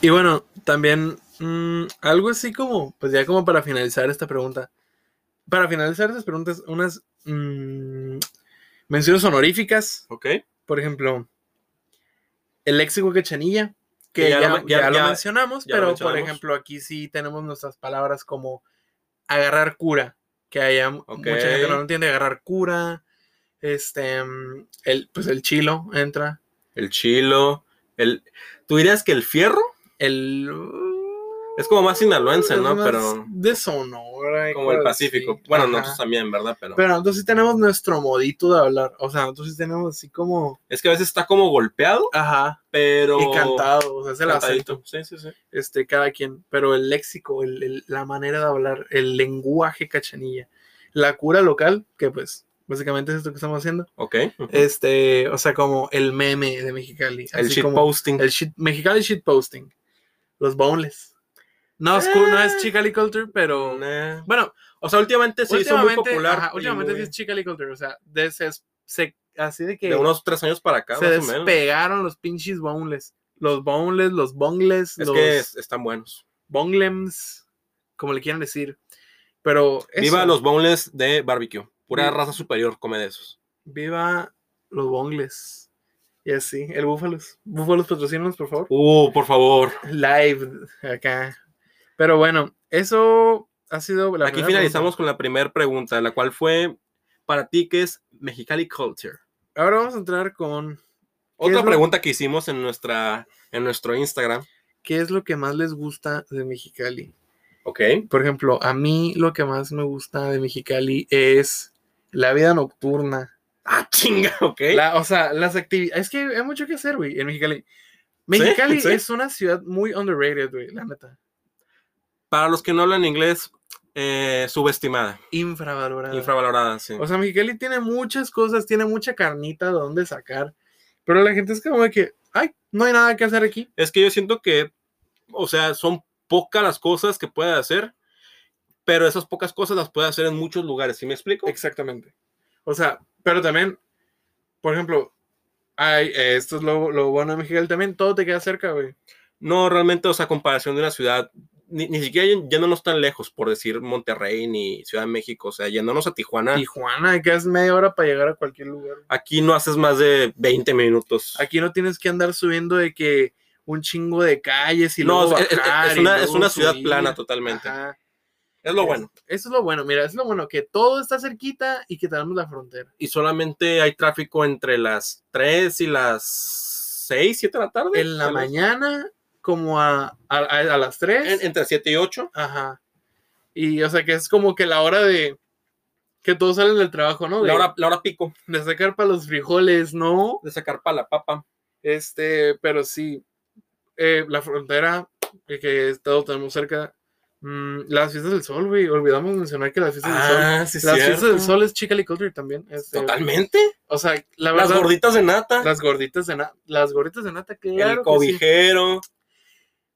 Speaker 2: Y bueno, también mm, algo así como, pues ya como para finalizar esta pregunta. Para finalizar estas preguntas, unas mm, menciones honoríficas.
Speaker 3: Ok.
Speaker 2: por ejemplo, el léxico quechanilla, que
Speaker 3: Que ya
Speaker 2: ya,
Speaker 3: lo men- ya-
Speaker 2: ya lo
Speaker 3: ya-
Speaker 2: mencionamos,
Speaker 3: ya lo
Speaker 2: pero por
Speaker 3: mencionamos.
Speaker 2: ejemplo, aquí sí tenemos nuestras palabras como agarrar cura, que haya m-
Speaker 3: Ok.
Speaker 2: mucha gente no lo entiende, agarrar cura, Este, mm, el, pues el chilo entra.
Speaker 3: El chilo, el... ¿Tú dirías que el fierro?
Speaker 2: El...
Speaker 3: Es como más sinaloense,
Speaker 2: es
Speaker 3: ¿no?
Speaker 2: más
Speaker 3: Pero
Speaker 2: De Sonora. y
Speaker 3: como el
Speaker 2: cosas así.
Speaker 3: Pacífico. Bueno,
Speaker 2: Ajá.
Speaker 3: nosotros también, ¿verdad? Pero
Speaker 2: Pero nosotros sí tenemos nuestro modito de hablar. O sea, nosotros sí tenemos así como.
Speaker 3: es que a veces está como golpeado,
Speaker 2: Ajá.
Speaker 3: pero...
Speaker 2: Y cantado. O sea, es el acento.
Speaker 3: Cantadito. Sí, sí, sí.
Speaker 2: Este, cada quien. Pero el léxico, el- el- la manera de hablar, el lenguaje cachanilla. La cura local, que pues, básicamente es esto que estamos haciendo.
Speaker 3: Ok. ujú.
Speaker 2: Este, o sea, como el meme de Mexicali.
Speaker 3: el
Speaker 2: así como-
Speaker 3: shitposting.
Speaker 2: El shit, Mexicali shitposting. Los boneless. No es, cu- no es Chicali culture, pero.
Speaker 3: Ah. Nah.
Speaker 2: Bueno,
Speaker 3: O sea, últimamente se hizo muy popular.
Speaker 2: ajá,
Speaker 3: y
Speaker 2: últimamente sí
Speaker 3: muy-
Speaker 2: es Chicali culture. O sea, de se, se- así de que
Speaker 3: De unos tres años para acá,
Speaker 2: se
Speaker 3: más o menos.
Speaker 2: despegaron los pinches boneless. Los boneless, los bongles,
Speaker 3: Es
Speaker 2: los
Speaker 3: que es- están buenos.
Speaker 2: bonglems, como le quieran decir. Pero. eso,
Speaker 3: Viva los boneless de barbecue. Pura
Speaker 2: Vi-
Speaker 3: raza superior come de esos.
Speaker 2: Viva los bongles. Y así, el búfalos. Búfalos patrocínanos, por favor.
Speaker 3: Uh, por favor.
Speaker 2: live acá. Pero bueno, eso ha sido la
Speaker 3: Aquí
Speaker 2: primera
Speaker 3: finalizamos
Speaker 2: pregunta.
Speaker 3: con la primera pregunta, la cual fue, para ti, ¿qué es Mexicali Culture?
Speaker 2: Ahora vamos a entrar con
Speaker 3: Otra
Speaker 2: es lo-
Speaker 3: pregunta que hicimos en, nuestra, en nuestro Instagram.
Speaker 2: qué es lo que más les gusta de Mexicali.
Speaker 3: Ok.
Speaker 2: Por ejemplo, a mí lo que más me gusta de Mexicali es la vida nocturna.
Speaker 3: Ah, chinga, ok.
Speaker 2: La- o sea, las actividades. Es que hay mucho que hacer, güey, en Mexicali. Mexicali
Speaker 3: sí.
Speaker 2: es una ciudad muy underrated, güey, la neta.
Speaker 3: Para los que no hablan inglés, eh, subestimada,
Speaker 2: Infravalorada.
Speaker 3: infravalorada, sí.
Speaker 2: O sea, Mexicali tiene muchas cosas, tiene mucha carnita de dónde sacar. Pero la gente es como de que, ay, no hay nada que hacer aquí.
Speaker 3: Es que yo siento que, o sea, son pocas las cosas que puede hacer, pero esas pocas cosas las puede hacer en muchos lugares, ¿sí me explico?
Speaker 2: Exactamente. O sea, pero también, por ejemplo, hay, eh, esto es lo, lo bueno de Mexicali también, todo te queda cerca, güey.
Speaker 3: No, realmente, o sea, comparación de una ciudad, ni, ni siquiera yen- yéndonos tan lejos, por decir Monterrey ni Ciudad de México, o sea, yéndonos a Tijuana,
Speaker 2: Tijuana, que es media hora para llegar a cualquier lugar.
Speaker 3: aquí no haces más de 20 minutos.
Speaker 2: Aquí no tienes que andar subiendo de que un chingo de calles y
Speaker 3: no,
Speaker 2: luego
Speaker 3: es, es- es
Speaker 2: bajar y
Speaker 3: una, es
Speaker 2: luego
Speaker 3: una ciudad
Speaker 2: subir.
Speaker 3: plana totalmente.
Speaker 2: Ajá.
Speaker 3: Es lo
Speaker 2: Es-
Speaker 3: bueno.
Speaker 2: Eso es lo bueno, mira, es lo bueno, que todo está cerquita y que tenemos la frontera.
Speaker 3: Y solamente hay tráfico entre las 3 y las 6, 7 de la tarde.
Speaker 2: En la
Speaker 3: tal vez.
Speaker 2: mañana, como a, a, a- a las 3.
Speaker 3: En- entre 7 y 8.
Speaker 2: Ajá. Y, o sea, que es como que la hora de. Que todos salen del trabajo, ¿no? De,
Speaker 3: La hora, la hora pico
Speaker 2: de sacar para los frijoles, ¿no?
Speaker 3: de sacar para la papa.
Speaker 2: Este, pero sí. eh, la frontera, que, que todos tenemos cerca. mm, las fiestas del sol, güey. Olvidamos mencionar que las fiestas del sol.
Speaker 3: Ah, sí,
Speaker 2: Las
Speaker 3: cierto.
Speaker 2: fiestas del sol es Chica Culture también. este,
Speaker 3: Totalmente.
Speaker 2: O sea, la
Speaker 3: Las
Speaker 2: verdad.
Speaker 3: gorditas de nata,
Speaker 2: Las gorditas de nata. Las gorditas de nata, claro.
Speaker 3: el
Speaker 2: que sí.
Speaker 3: cobijero.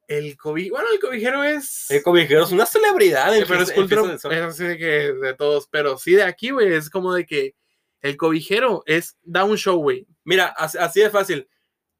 Speaker 2: El cobi- Bueno, el cobijero es.
Speaker 3: El cobijero es una celebridad. en
Speaker 2: Eh, pero es
Speaker 3: fiesta- en
Speaker 2: cultura,
Speaker 3: fiesta del
Speaker 2: es así
Speaker 3: sol.
Speaker 2: de que de todos, pero sí de aquí, güey, es como de que el cobijero es, da un show, güey.
Speaker 3: Mira, así, así de fácil.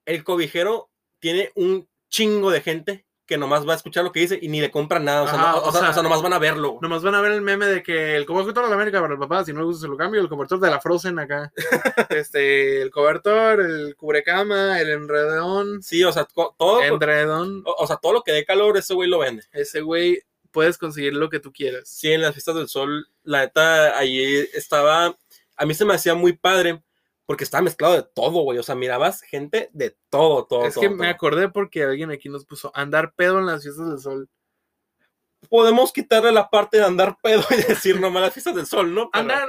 Speaker 3: El cobijero tiene un chingo de gente que nomás va a escuchar lo que dice y ni le compran nada. O sea,
Speaker 2: Ajá,
Speaker 3: no- o
Speaker 2: o
Speaker 3: sea-
Speaker 2: sea,
Speaker 3: o sea, nomás van a verlo.
Speaker 2: Nomás van a ver el meme de que el cobertor de la América para el papá, si no le gusta se lo cambio, el cobertor de la Frozen acá. este, el cobertor, el cubrecama, el enredón,
Speaker 3: Sí, o sea, co- todo,
Speaker 2: enredón,
Speaker 3: o, o sea, todo lo que dé calor, ese güey lo vende.
Speaker 2: ese güey puedes conseguir lo que tú quieras.
Speaker 3: Sí, en las fiestas del sol, la neta, allí estaba, a mí se me hacía muy padre, porque estaba mezclado de todo, güey, o sea, mirabas gente de todo, todo,
Speaker 2: es
Speaker 3: todo,
Speaker 2: que
Speaker 3: todo.
Speaker 2: me acordé porque alguien aquí nos puso andar pedo en las fiestas del sol.
Speaker 3: Podemos quitarle la parte de andar pedo y decir nomás las fiestas del sol, ¿no? Pero-
Speaker 2: Andar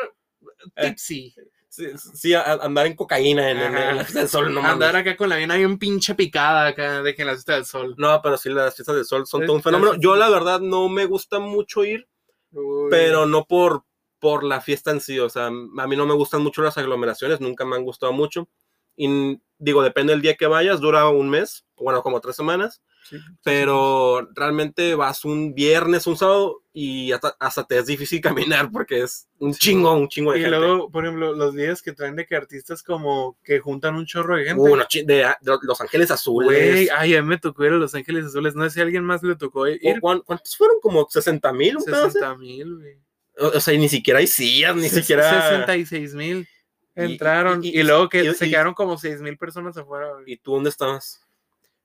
Speaker 3: Eh,
Speaker 2: tipsy.
Speaker 3: Sí, sí, a- andar en cocaína en, en- en
Speaker 2: Ajá.
Speaker 3: las fiestas del sol, no mames.
Speaker 2: andar acá con la vena bien pinche picada acá de que en las fiestas del sol.
Speaker 3: No, pero sí, las fiestas del sol son
Speaker 2: Es-
Speaker 3: todo un fenómeno.
Speaker 2: es-
Speaker 3: Yo, la verdad, no me gusta mucho ir,
Speaker 2: Uy.
Speaker 3: pero no por, por la fiesta en sí, o sea, a mí no me gustan mucho las aglomeraciones, nunca me han gustado mucho. Y n- digo, depende del día que vayas, dura un mes, bueno, como tres semanas,
Speaker 2: Sí, sí,
Speaker 3: pero realmente vas un viernes, un sábado y hasta, hasta te es difícil caminar porque es un chingo, un chingo
Speaker 2: sí.
Speaker 3: de
Speaker 2: Y
Speaker 3: gente.
Speaker 2: luego, por ejemplo, los días que traen de que artistas como que juntan un chorro de gente.
Speaker 3: Uh, no, chi- de, de Los Ángeles
Speaker 2: Güey,
Speaker 3: Azules.
Speaker 2: ay, a mí me tocó ir a Los Ángeles Azules. No sé si a alguien más le tocó ir.
Speaker 3: ¿Cu- cuán- ¿Cuántos fueron? Como 60 mil, un pedo así?
Speaker 2: 60 mil, güey.
Speaker 3: O, o sea, y ni siquiera hay sillas, ni siquiera...
Speaker 2: 66 mil.
Speaker 3: Y- y-
Speaker 2: Entraron.
Speaker 3: y-
Speaker 2: Y,
Speaker 3: y-
Speaker 2: luego que
Speaker 3: y-
Speaker 2: se
Speaker 3: y-
Speaker 2: quedaron como 6 mil personas afuera, güey.
Speaker 3: ¿Y tú dónde estabas?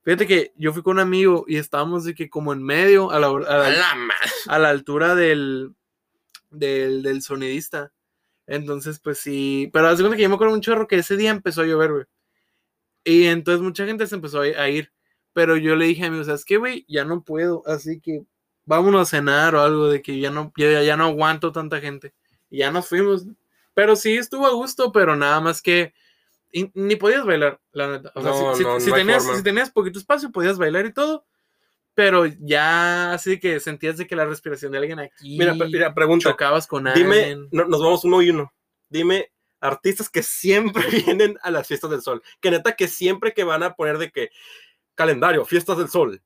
Speaker 2: Fíjate que yo fui con un amigo y estábamos de que como en medio, a la, hor- a la-
Speaker 3: A la madre.
Speaker 2: a la altura del, del, del sonidista. Entonces, pues sí. Pero hace cuenta que yo me acuerdo un chorro que ese día empezó a llover, güey. Y entonces mucha gente se empezó a a ir. Pero yo le dije a mi amigo, ¿sabes qué, güey? Ya no puedo. Así que vámonos a cenar o algo de que ya no, ya, ya no aguanto tanta gente. Y ya nos fuimos. Pero sí estuvo a gusto, pero nada más que y ni podías bailar, la neta. O sea,
Speaker 3: No,
Speaker 2: si, si-
Speaker 3: no,
Speaker 2: si
Speaker 3: no hay
Speaker 2: tenías,
Speaker 3: forma.
Speaker 2: si tenías poquito espacio, podías bailar y todo. Pero ya así de que sentías de que la respiración de alguien aquí.
Speaker 3: Mira, pre- mira, pregunta.
Speaker 2: chocabas con
Speaker 3: Dime,
Speaker 2: alguien.
Speaker 3: no- nos vamos uno y uno. Dime artistas que siempre vienen a las fiestas del sol. Que neta que siempre que van a poner de que calendario, fiestas del sol.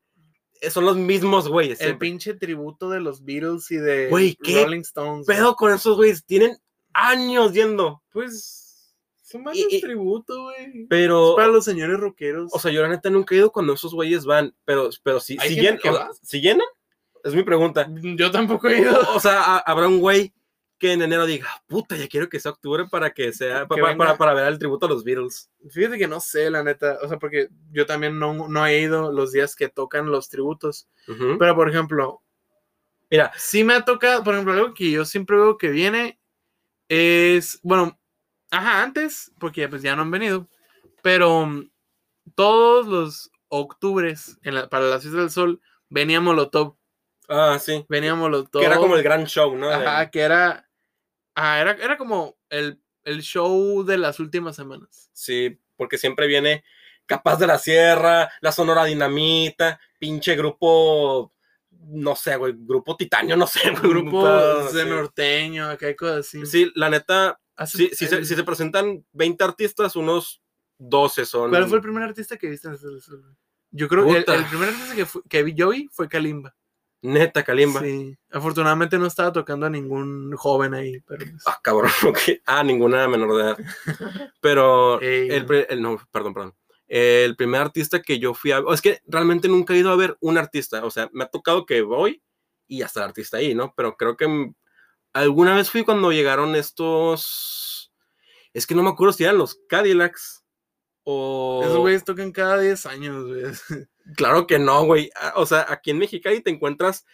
Speaker 3: eh, Son los mismos güeyes.
Speaker 2: El
Speaker 3: siempre.
Speaker 2: pinche tributo de los Beatles y de
Speaker 3: Güey, ¿qué
Speaker 2: Rolling Stones. güey.
Speaker 3: pedo con esos güeyes? Tienen años yendo.
Speaker 2: Pues son más
Speaker 3: Y- y-
Speaker 2: tributo, güey.
Speaker 3: Pero,
Speaker 2: Es para los señores rockeros.
Speaker 3: o sea, yo la neta nunca he ido cuando esos güeyes van. Pero, pero si,
Speaker 2: ¿Hay
Speaker 3: si,
Speaker 2: gente
Speaker 3: llen-
Speaker 2: que
Speaker 3: o-
Speaker 2: va?
Speaker 3: si llenan, es mi pregunta.
Speaker 2: yo tampoco he ido.
Speaker 3: O sea, ha- habrá un güey que en enero diga, puta, ya quiero que sea octubre para que sea, pa-
Speaker 2: Que
Speaker 3: pa-
Speaker 2: venga.
Speaker 3: para, para ver el tributo a los Beatles.
Speaker 2: Fíjate que no sé, la neta. O sea, porque yo también no, no he ido los días que tocan los tributos.
Speaker 3: Ujú.
Speaker 2: Pero, por ejemplo,
Speaker 3: Mira.
Speaker 2: sí me ha tocado, por ejemplo, algo que yo siempre veo que viene es, bueno, ajá, antes, porque ya, pues ya no han venido, pero mm, todos los octubres en la- para las Fiestas del Sol venía Molotov,
Speaker 3: Ah, sí.
Speaker 2: venía Molotov.
Speaker 3: Que era como el gran show, ¿no? De-
Speaker 2: Ajá, que era, ajá, era, era como el, el show de las últimas semanas.
Speaker 3: Sí, porque siempre viene Capaz de la Sierra, la Sonora Dinamita, pinche grupo, no sé, güey, grupo titanio, no sé, güey,
Speaker 2: Grupo
Speaker 3: puta,
Speaker 2: de
Speaker 3: sí.
Speaker 2: norteño, acá hay cosas así.
Speaker 3: Sí, la neta,
Speaker 2: Hace-
Speaker 3: sí, sí se-
Speaker 2: el-
Speaker 3: si se presentan 20 artistas, unos 12 son.
Speaker 2: ¿Cuál fue el primer artista que viste en Fiestas del Sol? Yo creo que el,
Speaker 3: Puta.
Speaker 2: el primer artista que, fu- que vi, yo vi fue Kalimba.
Speaker 3: Neta, Kalimba.
Speaker 2: Sí. Afortunadamente no estaba tocando a ningún joven ahí, pero pues,
Speaker 3: Ah, cabrón, ok. Ah, ninguna menor de edad. Pero
Speaker 2: Ey,
Speaker 3: el,
Speaker 2: no.
Speaker 3: pri- el- no, perdón, perdón. El primer artista que yo fui a es que realmente nunca he ido a ver un artista, o sea, me ha tocado que voy y hasta el artista ahí, ¿no? Pero creo que mm, alguna vez fui cuando llegaron estos es que no me acuerdo si eran los Cadillacs o
Speaker 2: esos güeyes tocan cada 10 años, güey.
Speaker 3: Claro que no, güey. Ah, O sea, aquí en Mexicali te encuentras,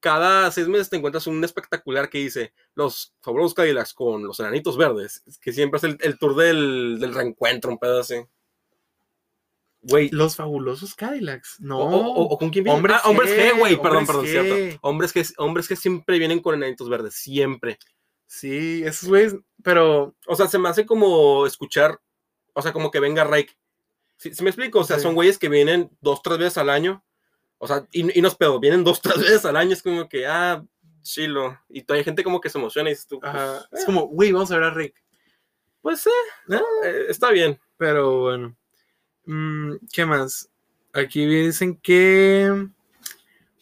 Speaker 3: cada seis meses te encuentras un espectacular que dice los fabulosos Cadillacs con los enanitos verdes, Es que siempre es el, el tour del, del reencuentro, un pedo así. Güey.
Speaker 2: Los fabulosos Cadillacs. No.
Speaker 3: O, o- o- o con quién vienen?
Speaker 2: Hombres
Speaker 3: Ah, hombres
Speaker 2: G,
Speaker 3: G, güey. Perdón,
Speaker 2: hombres
Speaker 3: perdón,
Speaker 2: G.
Speaker 3: cierto. Hombres que, hombres que siempre vienen con enanitos verdes, siempre.
Speaker 2: Sí, esos güeyes, pero
Speaker 3: O sea, se me hace como escuchar, o sea, como que venga Reik. ¿Sí, sí me explico? O sea,
Speaker 2: Sí.
Speaker 3: son güeyes que vienen dos, tres veces al año. O sea, y, y no es pedo, vienen dos, tres veces al año. Es como que, ah, chilo. Y todavía hay gente como que se emociona y dices tú,
Speaker 2: ajá, es
Speaker 3: pues, eh,
Speaker 2: como, güey, vamos a ver a Rick.
Speaker 3: pues, eh, eh, está bien.
Speaker 2: Pero bueno. Mm, ¿Qué más? Aquí dicen que.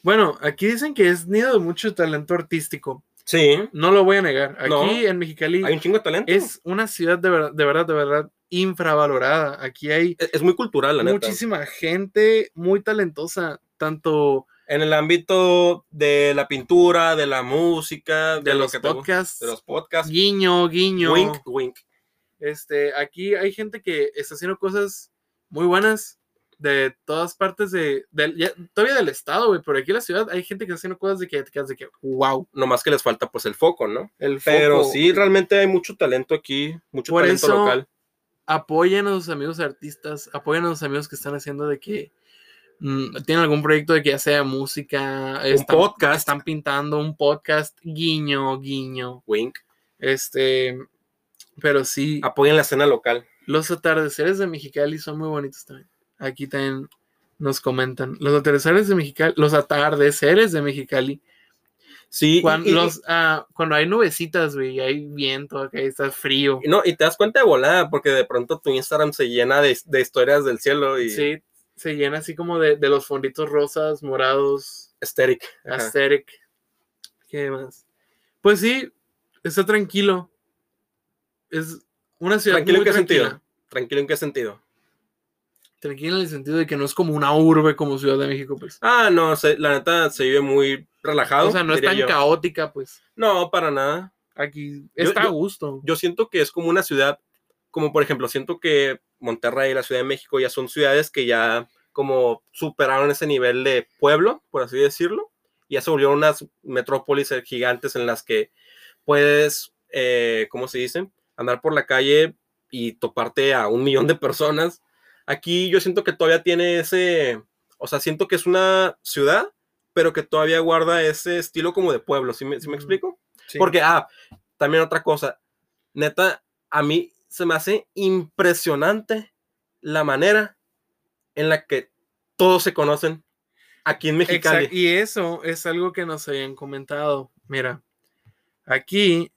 Speaker 2: Bueno, aquí dicen que es nido de mucho talento artístico.
Speaker 3: Sí.
Speaker 2: No lo voy a negar. Aquí
Speaker 3: No.
Speaker 2: en Mexicali
Speaker 3: Hay un chingo de talento.
Speaker 2: es una ciudad de verdad, de verdad, de verdad infravalorada. Aquí hay
Speaker 3: Es- es muy cultural, la neta.
Speaker 2: muchísima gente muy talentosa, tanto
Speaker 3: En el ámbito de la pintura, de la música, de,
Speaker 2: de,
Speaker 3: lo
Speaker 2: los
Speaker 3: que te gusta,
Speaker 2: podcasts,
Speaker 3: de los podcasts.
Speaker 2: guiño, guiño.
Speaker 3: Wink, wink.
Speaker 2: Este, aquí hay gente que está haciendo cosas muy buenas de todas partes de, del- ya- todavía del estado, güey, pero aquí en la ciudad hay gente que está haciendo cosas de que te quedas de que, wow,
Speaker 3: Nomás que les falta, pues, el foco, ¿no?
Speaker 2: el foco.
Speaker 3: Pero sí, realmente hay mucho talento aquí, mucho
Speaker 2: Por
Speaker 3: talento
Speaker 2: eso-
Speaker 3: local.
Speaker 2: apoyen a sus amigos artistas, apoyen a sus amigos que están haciendo de que mm, tienen algún proyecto de que ya sea música, están,
Speaker 3: podcast.
Speaker 2: están pintando un podcast, guiño, guiño.
Speaker 3: Wink.
Speaker 2: Este, pero sí,
Speaker 3: Apoyen la escena local.
Speaker 2: los atardeceres de Mexicali son muy bonitos también. Aquí también nos comentan. Los atardeceres de Mexicali, los atardeceres de Mexicali.
Speaker 3: Sí. y-
Speaker 2: Cuando,
Speaker 3: y,
Speaker 2: los, ah, cuando hay nubecitas, güey, y hay viento, acá está frío.
Speaker 3: y no, y te das cuenta de volada, porque de pronto tu Instagram se llena de, de historias del cielo y
Speaker 2: Sí, se llena así como de, de los fonditos rosas, morados.
Speaker 3: esteric. Ajá.
Speaker 2: Asterix. ¿Qué más? Pues sí, está tranquilo. Es una ciudad
Speaker 3: ¿Tranquilo en
Speaker 2: muy
Speaker 3: qué
Speaker 2: tranquila.
Speaker 3: sentido? ¿Tranquilo en qué sentido?
Speaker 2: Tranquila en el sentido de que no es como una urbe como Ciudad de México, pues.
Speaker 3: Ah, no, se- la neta se vive muy relajado.
Speaker 2: O sea, no es
Speaker 3: diría
Speaker 2: tan
Speaker 3: yo.
Speaker 2: caótica, pues.
Speaker 3: No, para nada.
Speaker 2: Aquí
Speaker 3: Yo-
Speaker 2: está a
Speaker 3: yo-
Speaker 2: gusto.
Speaker 3: Yo siento que es como una ciudad, como por ejemplo, siento que Monterrey y la Ciudad de México ya son ciudades que ya como superaron ese nivel de pueblo, por así decirlo, y ya se volvieron unas metrópolis eh, gigantes en las que puedes eh, ¿cómo se dice? Andar por la calle y toparte a un millón de personas. Aquí yo siento que todavía tiene ese, o sea, siento que es una ciudad, pero que todavía guarda ese estilo como de pueblo, ¿sí me, sí me
Speaker 2: Ujú.
Speaker 3: explico?
Speaker 2: Sí.
Speaker 3: Porque, ah, también otra cosa, neta, a mí se me hace impresionante la manera en la que todos se conocen aquí en Mexicali.
Speaker 2: Exact- Y eso es algo que nos habían comentado. Mira, aquí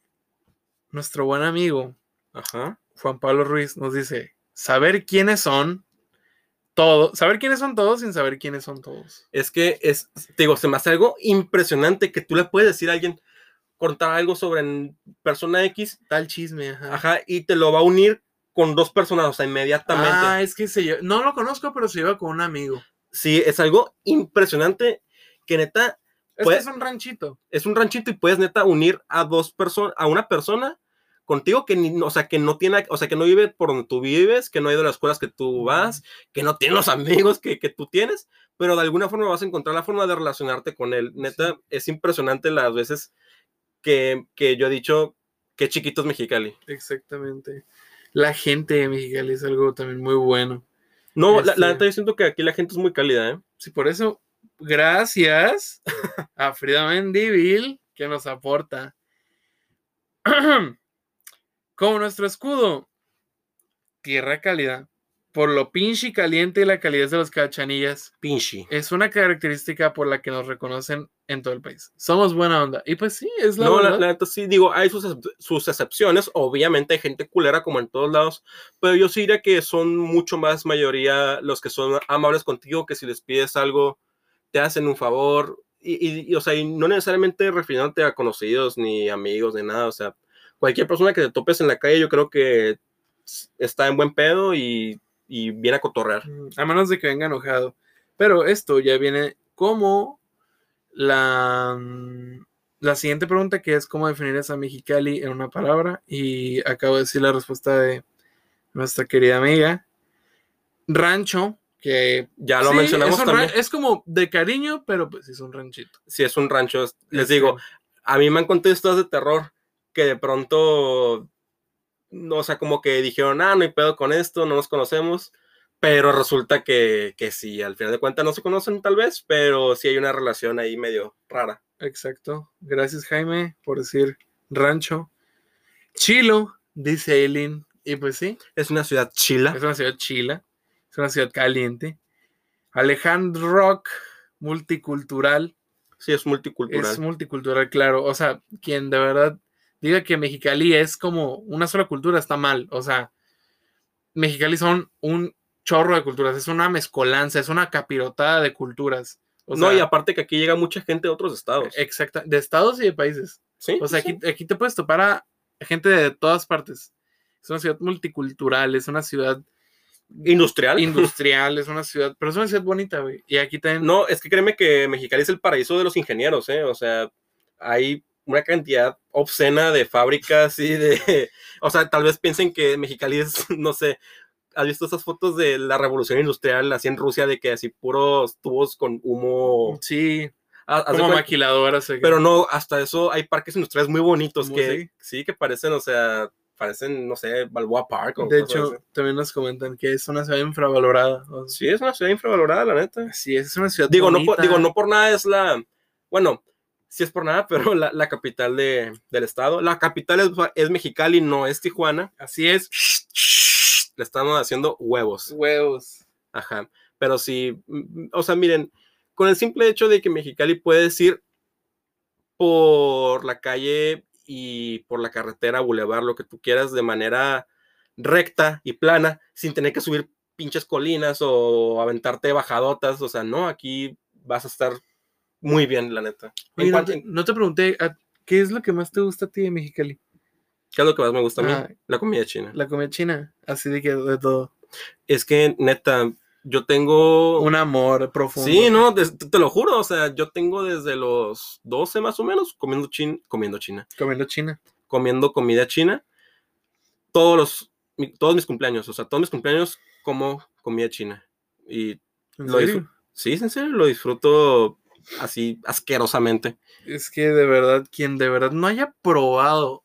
Speaker 2: nuestro buen amigo
Speaker 3: Ajá.
Speaker 2: Juan Pablo Ruiz nos dice, saber quiénes son todos, saber quiénes son todos sin saber quiénes son todos.
Speaker 3: Es que es, te digo, se me hace algo impresionante que tú le puedes decir a alguien, contar algo sobre n- persona X,
Speaker 2: Tal chisme, ajá.
Speaker 3: ajá, y te lo va a unir con dos personas, o sea, inmediatamente.
Speaker 2: Ah, es que se lleva, no lo conozco, pero se lleva con un amigo.
Speaker 3: Sí, es algo impresionante que neta
Speaker 2: Es
Speaker 3: Pues-
Speaker 2: que es un ranchito.
Speaker 3: es un ranchito y puedes neta unir a dos personas, a una persona contigo que ni, o sea, que no tiene, o sea, que no vive por donde tú vives, que no ha ido a las escuelas que tú vas, que no tiene los amigos que, que tú tienes, pero de alguna forma vas a encontrar la forma de relacionarte con él. Neta, es impresionante las veces que, que yo he dicho que chiquitos Mexicali.
Speaker 2: Exactamente. La gente de Mexicali es algo también muy bueno.
Speaker 3: No, la, la
Speaker 2: Este-
Speaker 3: neta yo siento que aquí la gente es muy cálida, ¿eh?
Speaker 2: Sí, por eso, gracias a Frida Mendivil que nos aporta. Como nuestro escudo, tierra cálida, por lo pinche caliente y la calidez de los cachanillas,
Speaker 3: Pinchi.
Speaker 2: es una característica por la que nos reconocen en todo el país. Somos buena onda. Y pues sí, es la
Speaker 3: No, la,
Speaker 2: verdad.
Speaker 3: la neta sí, digo, hay sus, excep- sus excepciones, obviamente hay gente culera como en todos lados, pero yo sí diría que son mucho más mayoría los que son amables contigo, que si les pides algo, te hacen un favor, y, y- y, o sea, y no necesariamente refiriéndote a conocidos, ni amigos, ni nada, o sea, cualquier persona que te topes en la calle, yo creo que s- está en buen pedo y, y viene a cotorrear.
Speaker 2: Mm, A menos de que venga enojado. Pero esto ya viene como la, mm, la siguiente pregunta que es cómo definir esa Mexicali en una palabra. Y acabo de decir la respuesta de nuestra querida amiga. Rancho, que
Speaker 3: Ya lo
Speaker 2: sí,
Speaker 3: mencionamos
Speaker 2: es, un ra-
Speaker 3: también,
Speaker 2: es como de cariño, pero pues es un ranchito.
Speaker 3: si es un rancho, es- les
Speaker 2: Este,
Speaker 3: digo, a mí me han contado historias de terror que de pronto, no, o sea, como que dijeron, ah, no hay pedo con esto, no nos conocemos, pero resulta que, que sí, al final de cuentas no se conocen tal vez, pero sí hay una relación ahí medio rara.
Speaker 2: Exacto. Gracias, Jaime, por decir rancho. Chilo, dice Eileen. Y pues sí,
Speaker 3: Es una ciudad chila.
Speaker 2: Es una ciudad chila, es una ciudad caliente. Alejandro Rock, multicultural,
Speaker 3: Sí, es multicultural.
Speaker 2: es multicultural, claro. O sea, quien de verdad diga que Mexicali es como una sola cultura está mal. O sea, Mexicali son un chorro de culturas, es una mezcolanza, es una capirotada de culturas. O
Speaker 3: no, y
Speaker 2: sea,
Speaker 3: aparte que aquí llega mucha gente de otros estados.
Speaker 2: exacta, de estados y de países.
Speaker 3: sí,
Speaker 2: O sea,
Speaker 3: sí,
Speaker 2: aquí, aquí te puedes topar a gente de todas partes. Es una ciudad multicultural, es una ciudad
Speaker 3: industrial.
Speaker 2: industrial, es una ciudad, pero es una ciudad bonita, güey. Y aquí también,
Speaker 3: No, es que créeme que Mexicali es el paraíso de los ingenieros, ¿eh? O sea, hay una cantidad obscena de fábricas y de... O sea, tal vez piensen que Mexicali es, no sé, ¿has visto esas fotos de la revolución industrial así en Rusia de que así puros tubos con humo?
Speaker 2: sí,
Speaker 3: Ah, haz de
Speaker 2: como
Speaker 3: cuenta-
Speaker 2: maquiladoras. acá.
Speaker 3: pero no, hasta eso hay parques industriales muy bonitos
Speaker 2: Muy,
Speaker 3: que sí, que parecen, o sea, parecen, no sé, Balboa Park. o
Speaker 2: de
Speaker 3: cosas
Speaker 2: hecho,
Speaker 3: así.
Speaker 2: también nos comentan que es una ciudad infravalorada. o sea,
Speaker 3: sí, es una ciudad infravalorada, la neta.
Speaker 2: sí, es una ciudad
Speaker 3: Digo, no por,
Speaker 2: bonita.
Speaker 3: digo, no por nada es la. Bueno, sí es por nada, pero la, la capital de, del estado. La capital es, es Mexicali, no es Tijuana.
Speaker 2: Así es.
Speaker 3: Le estamos haciendo huevos.
Speaker 2: Huevos.
Speaker 3: Ajá. Pero sí, mm, o sea, miren, con el simple hecho de que Mexicali puedes ir por la calle y por la carretera, bulevar, lo que tú quieras, de manera recta y plana, sin tener que subir pinches colinas o aventarte bajadotas. O sea, no, aquí vas a estar muy bien, la neta. En
Speaker 2: Oye, no,
Speaker 3: cuanto-
Speaker 2: te, no te pregunté, ¿a- ¿qué es lo que más te gusta a ti de Mexicali?
Speaker 3: ¿Qué es lo que más me gusta a mí?
Speaker 2: Ah.
Speaker 3: La comida china.
Speaker 2: La comida china, así de que de todo.
Speaker 3: Es que, neta, yo tengo...
Speaker 2: Un amor profundo.
Speaker 3: Sí, no, des- te te lo juro, o sea, yo tengo desde los 12 más o menos comiendo chin, comiendo china,
Speaker 2: Comiendo china.
Speaker 3: comiendo comida china todos los mi- todos mis cumpleaños, o sea, todos mis cumpleaños como comida china. Y
Speaker 2: ¿En
Speaker 3: Lo
Speaker 2: serio?
Speaker 3: sí, es en serio, lo disfruto así asquerosamente.
Speaker 2: Es que de verdad, quien de verdad no haya probado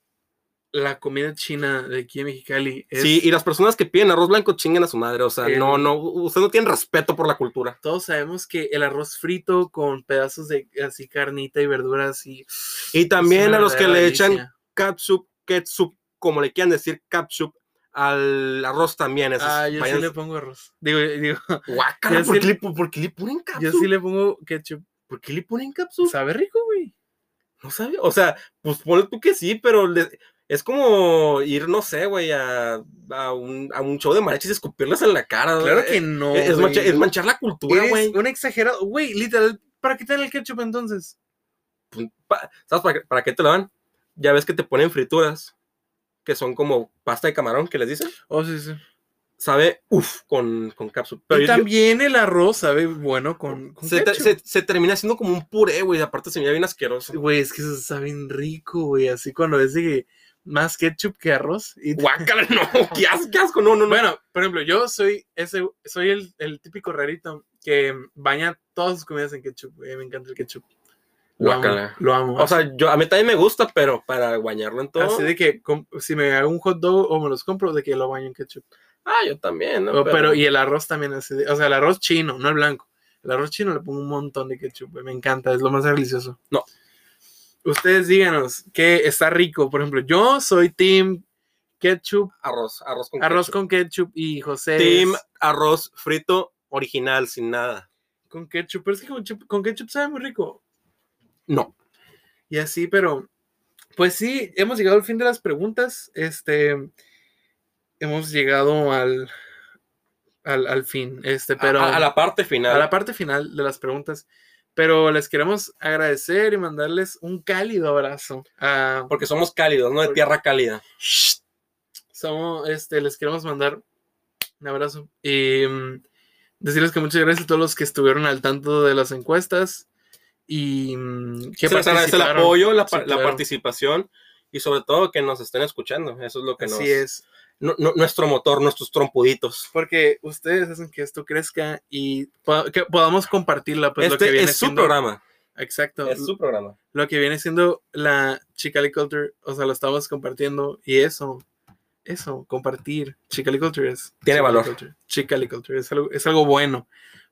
Speaker 2: la comida china de aquí en Mexicali es Eh,
Speaker 3: Sí, y las personas que piden arroz blanco chinguen a su madre. O sea,
Speaker 2: Sí.
Speaker 3: no, no, ustedes no tienen respeto por la cultura.
Speaker 2: todos sabemos que el arroz frito con pedazos de así carnita y verduras y
Speaker 3: Y
Speaker 2: es
Speaker 3: también
Speaker 2: una
Speaker 3: a los que le
Speaker 2: verdadera
Speaker 3: echan
Speaker 2: delicia.
Speaker 3: catsup, ketchup, como le quieran decir, catsup al arroz también. esos
Speaker 2: Ah, yo sí
Speaker 3: vayan-
Speaker 2: le pongo arroz. Digo, digo,
Speaker 3: Guácala,
Speaker 2: yo
Speaker 3: ¿por,
Speaker 2: sí-
Speaker 3: qué le, po- por qué le ponen catsup?
Speaker 2: yo sí le pongo ketchup.
Speaker 3: ¿Por qué le ponen catsup?
Speaker 2: Sabe rico, güey.
Speaker 3: No sabe. O sea, pues ponle tú que sí, pero le- es como ir, no sé, güey, a, a un, a un show de mariachis y escupirles en la cara.
Speaker 2: Claro
Speaker 3: eh,
Speaker 2: que no.
Speaker 3: Es, es
Speaker 2: güey.
Speaker 3: mancha- es manchar la cultura,
Speaker 2: Eres
Speaker 3: güey.
Speaker 2: un exagerado. Güey, literal, ¿para qué te dan el ketchup entonces?
Speaker 3: Pa- ¿Sabes para, qué- para qué te lo dan? Ya ves que te ponen frituras, que son como pasta de camarón, que les dicen.
Speaker 2: Oh, sí, sí.
Speaker 3: Sabe, uff, con, con cápsula. Pero
Speaker 2: y
Speaker 3: yo- yo-
Speaker 2: también el arroz sabe bueno con, con
Speaker 3: se, te-
Speaker 2: ketchup.
Speaker 3: se- se termina haciendo como un puré, güey. y Aparte se mira bien asqueroso.
Speaker 2: Güey, es que eso sabe bien rico, güey. Así cuando ves de que más ketchup que arroz. y-
Speaker 3: Guácala, no, qué asco, qué asco, no, no, no.
Speaker 2: Bueno, por ejemplo, yo soy ese, soy el, el típico rarito que baña todas sus comidas en ketchup. güey, Me encanta el ketchup. Lo amo,
Speaker 3: Guácala.
Speaker 2: lo amo.
Speaker 3: o sea, yo, a mí también me gusta, pero para bañarlo en todo.
Speaker 2: Así de que com- si me hago un hot dog o me los compro, de que lo baño en ketchup.
Speaker 3: Ah, yo también, ¿no?
Speaker 2: O- pero, y el arroz también, así de- o sea, el arroz chino, no el blanco. El arroz chino le pongo un montón de ketchup, güey, me encanta, es lo más delicioso.
Speaker 3: No.
Speaker 2: Ustedes díganos que está rico. Por ejemplo, yo soy team ketchup,
Speaker 3: Arroz, arroz con
Speaker 2: arroz
Speaker 3: ketchup.
Speaker 2: con ketchup y José
Speaker 3: Team
Speaker 2: es
Speaker 3: arroz frito original, sin nada.
Speaker 2: con ketchup. Pero es que con, chup- con ketchup sabe muy rico.
Speaker 3: No.
Speaker 2: Y así, pero pues sí, hemos llegado al fin de las preguntas. Este, hemos llegado al, al, al fin. Este, pero
Speaker 3: a, a la parte final.
Speaker 2: a la parte final de las preguntas. Pero les queremos agradecer y mandarles un cálido abrazo. a-
Speaker 3: Porque somos cálidos, ¿no? De tierra cálida.
Speaker 2: somos, este, les queremos mandar un abrazo y mm, decirles que muchas gracias a todos los que estuvieron al tanto de las encuestas y mm, que
Speaker 3: se les agradece el
Speaker 2: participaron.
Speaker 3: apoyo, la,
Speaker 2: Sí,
Speaker 3: par- la
Speaker 2: claro.
Speaker 3: participación y sobre todo que nos estén escuchando. Eso es lo que nos...
Speaker 2: Así es,
Speaker 3: nu- nu- nuestro motor, nuestros trompuditos.
Speaker 2: porque ustedes hacen que esto crezca y po- que podamos compartirla. Pues, lo que
Speaker 3: este
Speaker 2: viene
Speaker 3: es su
Speaker 2: siendo-
Speaker 3: programa.
Speaker 2: Exacto.
Speaker 3: Es su programa.
Speaker 2: lo que viene siendo la Chicali Culture, o sea, lo estamos compartiendo y eso, eso, compartir Chicali Culture es.
Speaker 3: Tiene
Speaker 2: Chicali
Speaker 3: valor.
Speaker 2: Culture, Chicali Culture es algo, es algo bueno,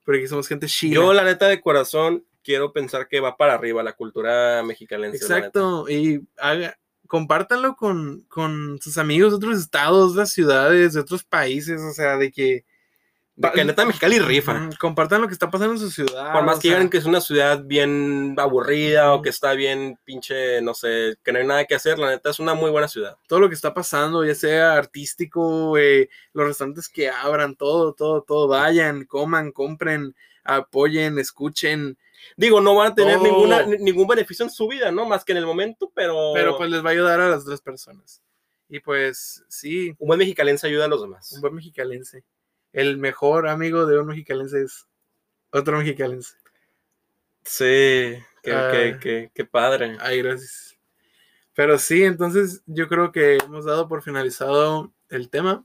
Speaker 2: porque somos gente chida.
Speaker 3: Yo, la neta, de corazón, quiero pensar que va para arriba la cultura mexicalense. la neta.
Speaker 2: Exacto, y haga, compártanlo con, con sus amigos de otros estados, de las ciudades, de otros países, o sea, de que.
Speaker 3: De que neta Mexicali rifa.
Speaker 2: Ujú, Compartan lo que está pasando en su ciudad.
Speaker 3: Por más
Speaker 2: o
Speaker 3: que digan
Speaker 2: sea,
Speaker 3: que es una ciudad bien aburrida o
Speaker 2: Ujú.
Speaker 3: que está bien pinche, no sé, que no hay nada que hacer, la neta es una muy buena ciudad.
Speaker 2: todo lo que está pasando, ya sea artístico, eh, los restaurantes que abran, todo, todo, todo, vayan, coman, compren, apoyen, escuchen,
Speaker 3: Digo, no van a tener
Speaker 2: Oh.
Speaker 3: ninguna, ni- ningún beneficio en su vida, ¿no? Más que en el momento, pero,
Speaker 2: pero pues les va a ayudar a las tres personas. Y pues sí,
Speaker 3: un buen mexicalense ayuda a los demás.
Speaker 2: un buen mexicalense. El mejor amigo de un mexicalense es otro mexicalense.
Speaker 3: Sí, qué,
Speaker 2: Ah.
Speaker 3: qué- qué- qué padre.
Speaker 2: Ay, gracias. Pero sí, entonces yo creo que hemos dado por finalizado el tema.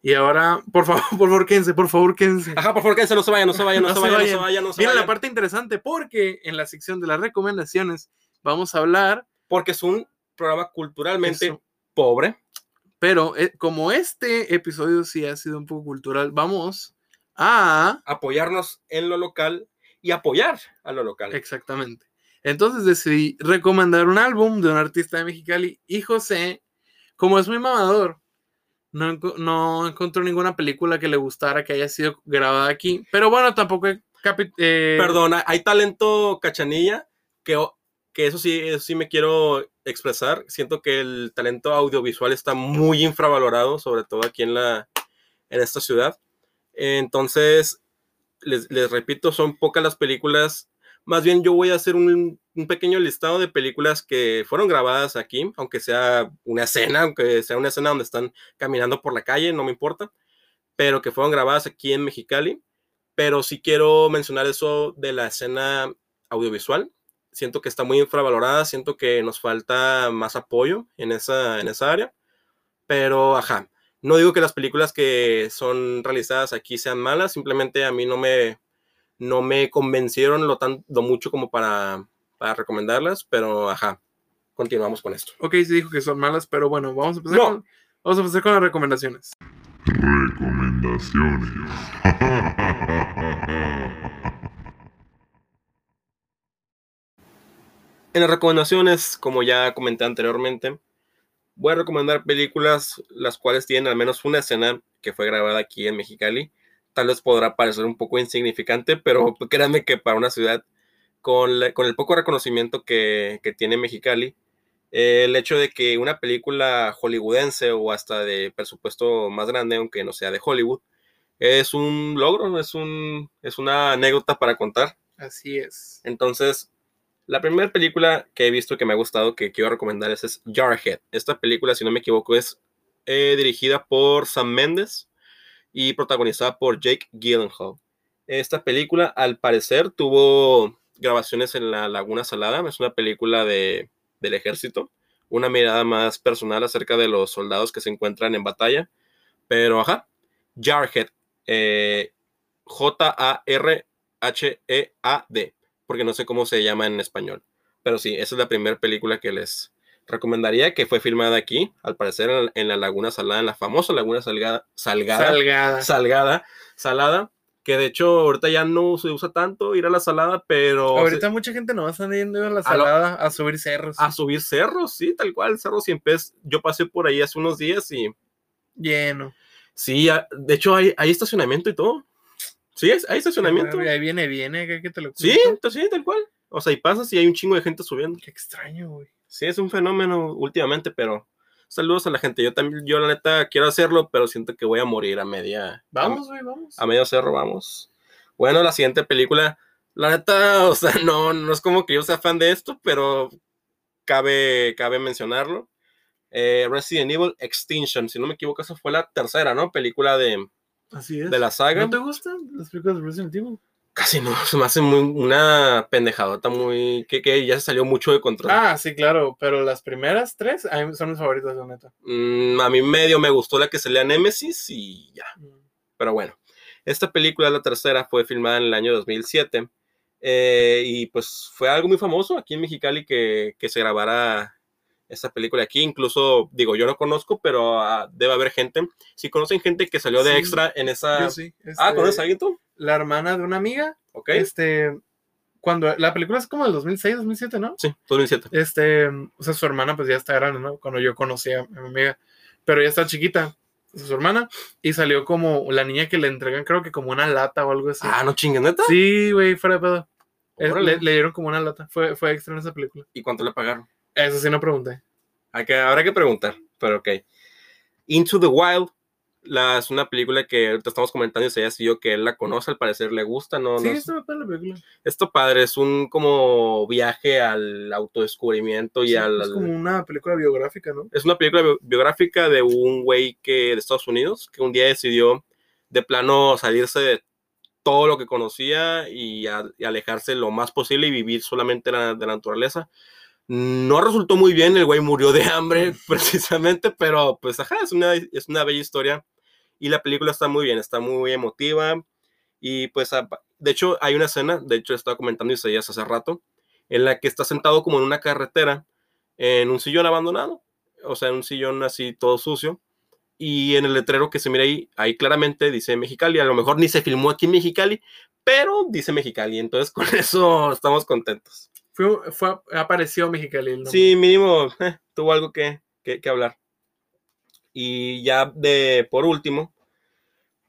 Speaker 2: Y ahora, por favor, por favor, quédense, por favor, quédense.
Speaker 3: Ajá, por favor, quédense, no se vayan, no se vayan, no, se vayan, no se vayan, no se
Speaker 2: Viene la
Speaker 3: vayan.
Speaker 2: parte interesante porque en la sección de las recomendaciones vamos a hablar,
Speaker 3: Porque es un programa culturalmente
Speaker 2: Eso.
Speaker 3: pobre.
Speaker 2: pero eh, como este episodio sí ha sido un poco cultural, vamos a...
Speaker 3: Apoyarnos en lo local y apoyar a lo local.
Speaker 2: Exactamente. Entonces decidí recomendar un álbum de un artista de Mexicali y José, como es muy mamador, no, enco- no encontró ninguna película que le gustara que haya sido grabada aquí, pero bueno, tampoco... he capi- eh,
Speaker 3: Perdona, hay talento cachanilla que, o- que eso sí, eso sí me quiero expresar. Siento que el talento audiovisual está muy infravalorado, sobre todo aquí en la en esta ciudad. Entonces, les, les repito, son pocas las películas. Más bien yo voy a hacer un, un pequeño listado de películas que fueron grabadas aquí, aunque sea una escena, aunque sea una escena donde están caminando por la calle, no me importa, pero que fueron grabadas aquí en Mexicali pero sí quiero mencionar eso de la escena audiovisual. Siento que está muy infravalorada, siento que nos falta más apoyo en esa, en esa área, pero ajá, no digo que las películas que son realizadas aquí sean malas, simplemente a mí no me, no me convencieron lo, tan, lo mucho como para, para recomendarlas, pero ajá, continuamos con esto.
Speaker 2: Ok, sí dijo que son malas, pero bueno, vamos a empezar,
Speaker 3: No.
Speaker 2: con, vamos a empezar con las recomendaciones.
Speaker 1: Recomendaciones.
Speaker 3: En las recomendaciones, como ya comenté anteriormente, voy a recomendar películas las cuales tienen al menos una escena que fue grabada aquí en Mexicali. Tal vez podrá parecer un poco insignificante, pero créanme que para una ciudad con, la- con el poco reconocimiento que, que tiene Mexicali, eh, el hecho de que una película hollywoodense o hasta de presupuesto más grande, aunque no sea de Hollywood, es un logro, es, un, es una anécdota para contar.
Speaker 2: Así es.
Speaker 3: Entonces, la primera película que he visto que me ha gustado, que quiero recomendar es, es Jarhead. Esta película, si no me equivoco, es eh, dirigida por Sam Mendes y protagonizada por Jake Gyllenhaal. Esta película, al parecer, tuvo grabaciones en la Laguna Salada. Es una película de, del ejército. Una mirada más personal acerca de los soldados que se encuentran en batalla. Pero, ajá, Jarhead. eh, J-A-R-H-E-A-D E porque no sé cómo se llama en español. Pero sí, esa es la primera película que les recomendaría, que fue filmada aquí, al parecer en, en la Laguna Salada, en la famosa Laguna Salgada, Salgada,
Speaker 2: Salgada.
Speaker 3: Salgada, Salada, que de hecho ahorita ya no se usa tanto ir a la Salada, pero se-
Speaker 2: Ahorita mucha gente no va saliendo a la
Speaker 3: A lo-
Speaker 2: salada a subir cerros.
Speaker 3: a subir cerros, sí, tal cual, Cerro Cien Pez. Yo pasé por ahí hace unos días y
Speaker 2: Lleno.
Speaker 3: sí, a- de hecho hay, hay estacionamiento y todo. Sí, es- hay estacionamiento.
Speaker 2: Ahí viene, viene, acá que te lo
Speaker 3: Sí,
Speaker 2: cuento.
Speaker 3: t- sí, tal cual. O sea, y pasas y hay un chingo de gente subiendo.
Speaker 2: Qué extraño, güey.
Speaker 3: Sí, es un fenómeno últimamente, pero saludos a la gente. Yo también, yo la neta quiero hacerlo, pero siento que voy a morir a media.
Speaker 2: Vamos, güey, vamos.
Speaker 3: A, a medio cerro, vamos. Bueno, la siguiente película, la neta, o sea, no, no es como que yo sea fan de esto, pero cabe, cabe mencionarlo. Eh, Resident Evil Extinction, si no me equivoco, esa fue la tercera, ¿no? Película de,
Speaker 2: Así es.
Speaker 3: de la saga.
Speaker 2: ¿No te gustan las películas de Resident Evil?
Speaker 3: Casi no, se me hace muy, una pendejadota muy. que, que ya se salió mucho de control.
Speaker 2: Ah, sí, claro, pero las primeras tres a mí son mis favoritas, la neta.
Speaker 3: Mm, a mí medio me gustó la que se lea Nemesis y ya.
Speaker 2: Mm.
Speaker 3: Pero bueno, esta película, la tercera, fue filmada en el año 2007 eh, y pues fue algo muy famoso aquí en Mexicali que, que se grabara esta película aquí. Incluso, digo, yo no conozco, pero ah, debe haber gente. Si conocen gente que salió de
Speaker 2: Sí,
Speaker 3: extra en esa...
Speaker 2: Yo sí.
Speaker 3: Ah,
Speaker 2: este,
Speaker 3: ¿conoces a alguien tú?
Speaker 2: La hermana de una amiga,
Speaker 3: Ok.
Speaker 2: este, cuando la película es como del 2006, 2007, ¿no?
Speaker 3: Sí, 2007.
Speaker 2: Este, o sea, su hermana pues ya está grande, ¿no? Cuando yo conocí a mi amiga, pero ya está chiquita, su hermana, y salió como la niña que le entregan, creo que como una lata o algo así.
Speaker 3: Ah, no chingues, neta.
Speaker 2: sí, güey, fuera de pedo. Es-
Speaker 3: Órale.
Speaker 2: le, le dieron como una lata, fue, fue extra en esa película.
Speaker 3: ¿Y cuánto le pagaron?
Speaker 2: Eso sí no pregunté.
Speaker 3: Hay que- habrá que preguntar, pero ok. Into the Wild la, es una película que ahorita estamos comentando y se ya yo que él la conoce, al parecer le gusta, ¿no?
Speaker 2: Sí,
Speaker 3: no
Speaker 2: esta fue la película.
Speaker 3: Esto padre es un como viaje al autodescubrimiento y
Speaker 2: Sí,
Speaker 3: al...
Speaker 2: es como una película biográfica, ¿no?
Speaker 3: Es una película bi- biográfica de un güey que, de Estados Unidos que un día decidió de plano salirse de todo lo que conocía y, a- y alejarse lo más posible y vivir solamente la- de la naturaleza. No resultó muy bien, el güey murió de hambre precisamente, pero pues ajá, es una, es una bella historia y la película está muy bien, está muy emotiva y pues apa- de hecho hay una escena, de hecho estaba comentando Isaías hace rato, en la que está sentado como en una carretera, en un sillón abandonado, o sea, en un sillón así todo sucio. Y en el letrero que se mira ahí, ahí claramente dice Mexicali. A lo mejor ni se filmó aquí en Mexicali, pero dice Mexicali. Entonces con eso estamos contentos.
Speaker 2: Fue, fue, apareció Mexicali. el nombre.
Speaker 3: Sí, mínimo eh, tuvo algo que, que- que hablar. Y ya de por último,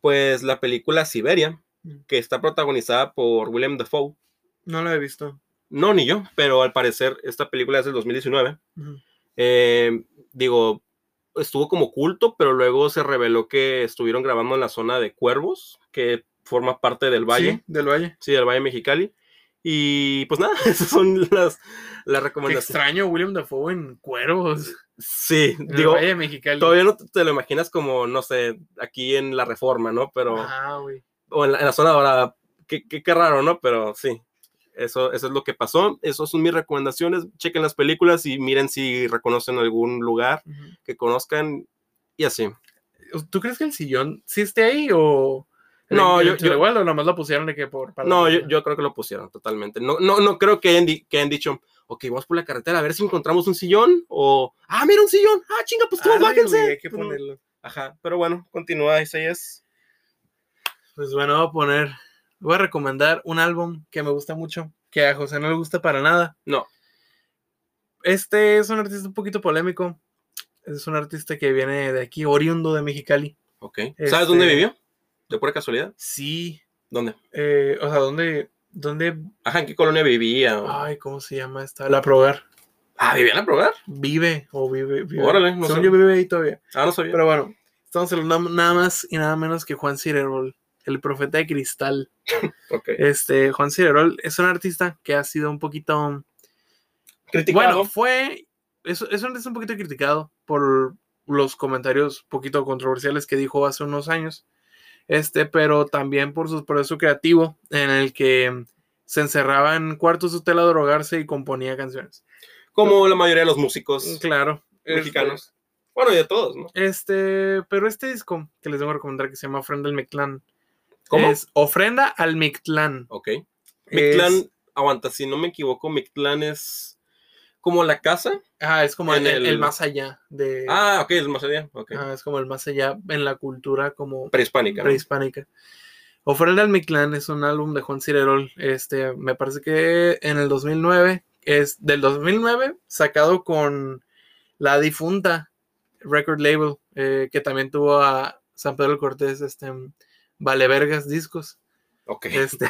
Speaker 3: pues la película Siberia, que está protagonizada por William Dafoe.
Speaker 2: No lo he visto.
Speaker 3: No ni yo, pero al parecer esta película es del 2019.
Speaker 2: Ujú.
Speaker 3: Eh, digo, estuvo como oculto, pero luego se reveló que estuvieron grabando en la zona de Cuervos, que forma parte del
Speaker 2: Sí,
Speaker 3: Valle,
Speaker 2: del Valle.
Speaker 3: sí, del Valle Mexicali. Y pues nada, esas son las, las
Speaker 2: Qué
Speaker 3: recomendaciones.
Speaker 2: extraño William Dafoe en cuervos.
Speaker 3: Sí,
Speaker 2: En
Speaker 3: digo,
Speaker 2: el Valle de Mexicali.
Speaker 3: todavía no te- te lo imaginas como, no sé, aquí en la Reforma, ¿no? Pero,
Speaker 2: Ah, güey.
Speaker 3: o en la, en la zona dorada. Qué, qué- qué raro, ¿no? Pero sí. Eso, eso es lo que pasó. Esas son mis recomendaciones. Chequen las películas y miren si reconocen algún lugar que conozcan y así.
Speaker 2: ¿Tú crees que el sillón sí esté ahí o
Speaker 3: No, yo- yo-
Speaker 2: igual o nomás lo pusieron de que Ah, por. para-
Speaker 3: No, yo, yo creo que lo pusieron totalmente. No, no, no creo que hayan, di- que hayan dicho, ok, vamos por la carretera a ver si encontramos un sillón o, ah, mira un sillón, ah, chinga, pues tú,
Speaker 2: Arre, güey,
Speaker 3: bájense.
Speaker 2: hay que
Speaker 3: Pues,
Speaker 2: ponerlo.
Speaker 3: Ajá, pero bueno, continúa, Isaías.
Speaker 2: Pues bueno, voy a poner. Voy a recomendar un álbum que me gusta mucho, que a José no le gusta para nada.
Speaker 3: No.
Speaker 2: Este es un artista un poquito polémico. Es un artista que viene de aquí, oriundo de Mexicali.
Speaker 3: Ok. ¿Sabes dónde
Speaker 2: Este-
Speaker 3: vivió? ¿De pura casualidad?
Speaker 2: Sí.
Speaker 3: ¿Dónde?
Speaker 2: eh, o sea, ¿dónde, ¿dónde?
Speaker 3: Ajá, ¿en qué colonia vivía? O-
Speaker 2: Ay, ¿cómo se llama esta? La Progar.
Speaker 3: Ah, ¿vivían a probar?
Speaker 2: Vive o vive. vive.
Speaker 3: Órale, no
Speaker 2: Según
Speaker 3: sé.
Speaker 2: yo vive ahí todavía.
Speaker 3: Ah, no sabía.
Speaker 2: Pero bueno, estamos hablando nada más y nada menos que Juan Cirerol, el profeta de cristal.
Speaker 3: ok.
Speaker 2: Este, Juan Cirerol es un artista que ha sido un poquito.
Speaker 3: Criticado.
Speaker 2: Bueno, fue. Es, es un artista un poquito criticado por los comentarios poquito controversiales que dijo hace unos años. Este, pero también por su proceso creativo, en el que se encerraba en cuartos de hotel a drogarse y componía canciones.
Speaker 3: como la mayoría de los músicos
Speaker 2: Claro. este,
Speaker 3: mexicanos. Bueno, y de todos, ¿no?
Speaker 2: Este, pero este disco que les debo recomendar que se llama Ofrenda al Mictlán.
Speaker 3: ¿Cómo?
Speaker 2: Es Ofrenda al Mictlán.
Speaker 3: Ok. Mictlán,
Speaker 2: Es-
Speaker 3: aguanta, si no me equivoco, Mictlán es como la casa.
Speaker 2: ah, es como
Speaker 3: en
Speaker 2: el, el
Speaker 3: el-
Speaker 2: más allá de.
Speaker 3: Ah, ok, es más allá. Ok.
Speaker 2: Ah, es como el más allá en la cultura como
Speaker 3: Prehispánica. ¿no?
Speaker 2: prehispánica. Ofrenda al Mictlán es un álbum de Juan Cirerol. Este, me parece que en el 2009, es del 2009, sacado con la difunta Record Label, eh, que también tuvo a San Pedro Cortés, este, en Vale Vergas Discos.
Speaker 3: Ok.
Speaker 2: Este,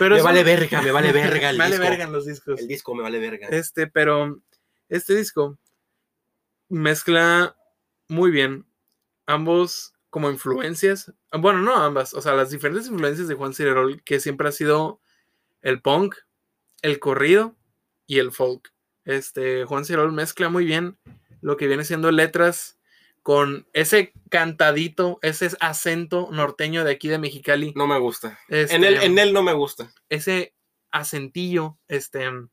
Speaker 2: pero
Speaker 3: me
Speaker 2: es
Speaker 3: vale
Speaker 2: un-
Speaker 3: verga, me vale verga el
Speaker 2: me vale
Speaker 3: disco.
Speaker 2: verga en los discos.
Speaker 3: El disco me vale verga.
Speaker 2: Este, pero este disco mezcla muy bien ambos como influencias. ah, Bueno, no ambas, o sea, las diferentes influencias de Juan Cirerol, que siempre ha sido el punk, el corrido y el folk. Este, Juan Cirerol mezcla muy bien lo que viene siendo letras con ese cantadito, ese acento norteño de aquí de Mexicali.
Speaker 3: No me gusta.
Speaker 2: Este,
Speaker 3: En él, en él no me gusta.
Speaker 2: ese acentillo este, em,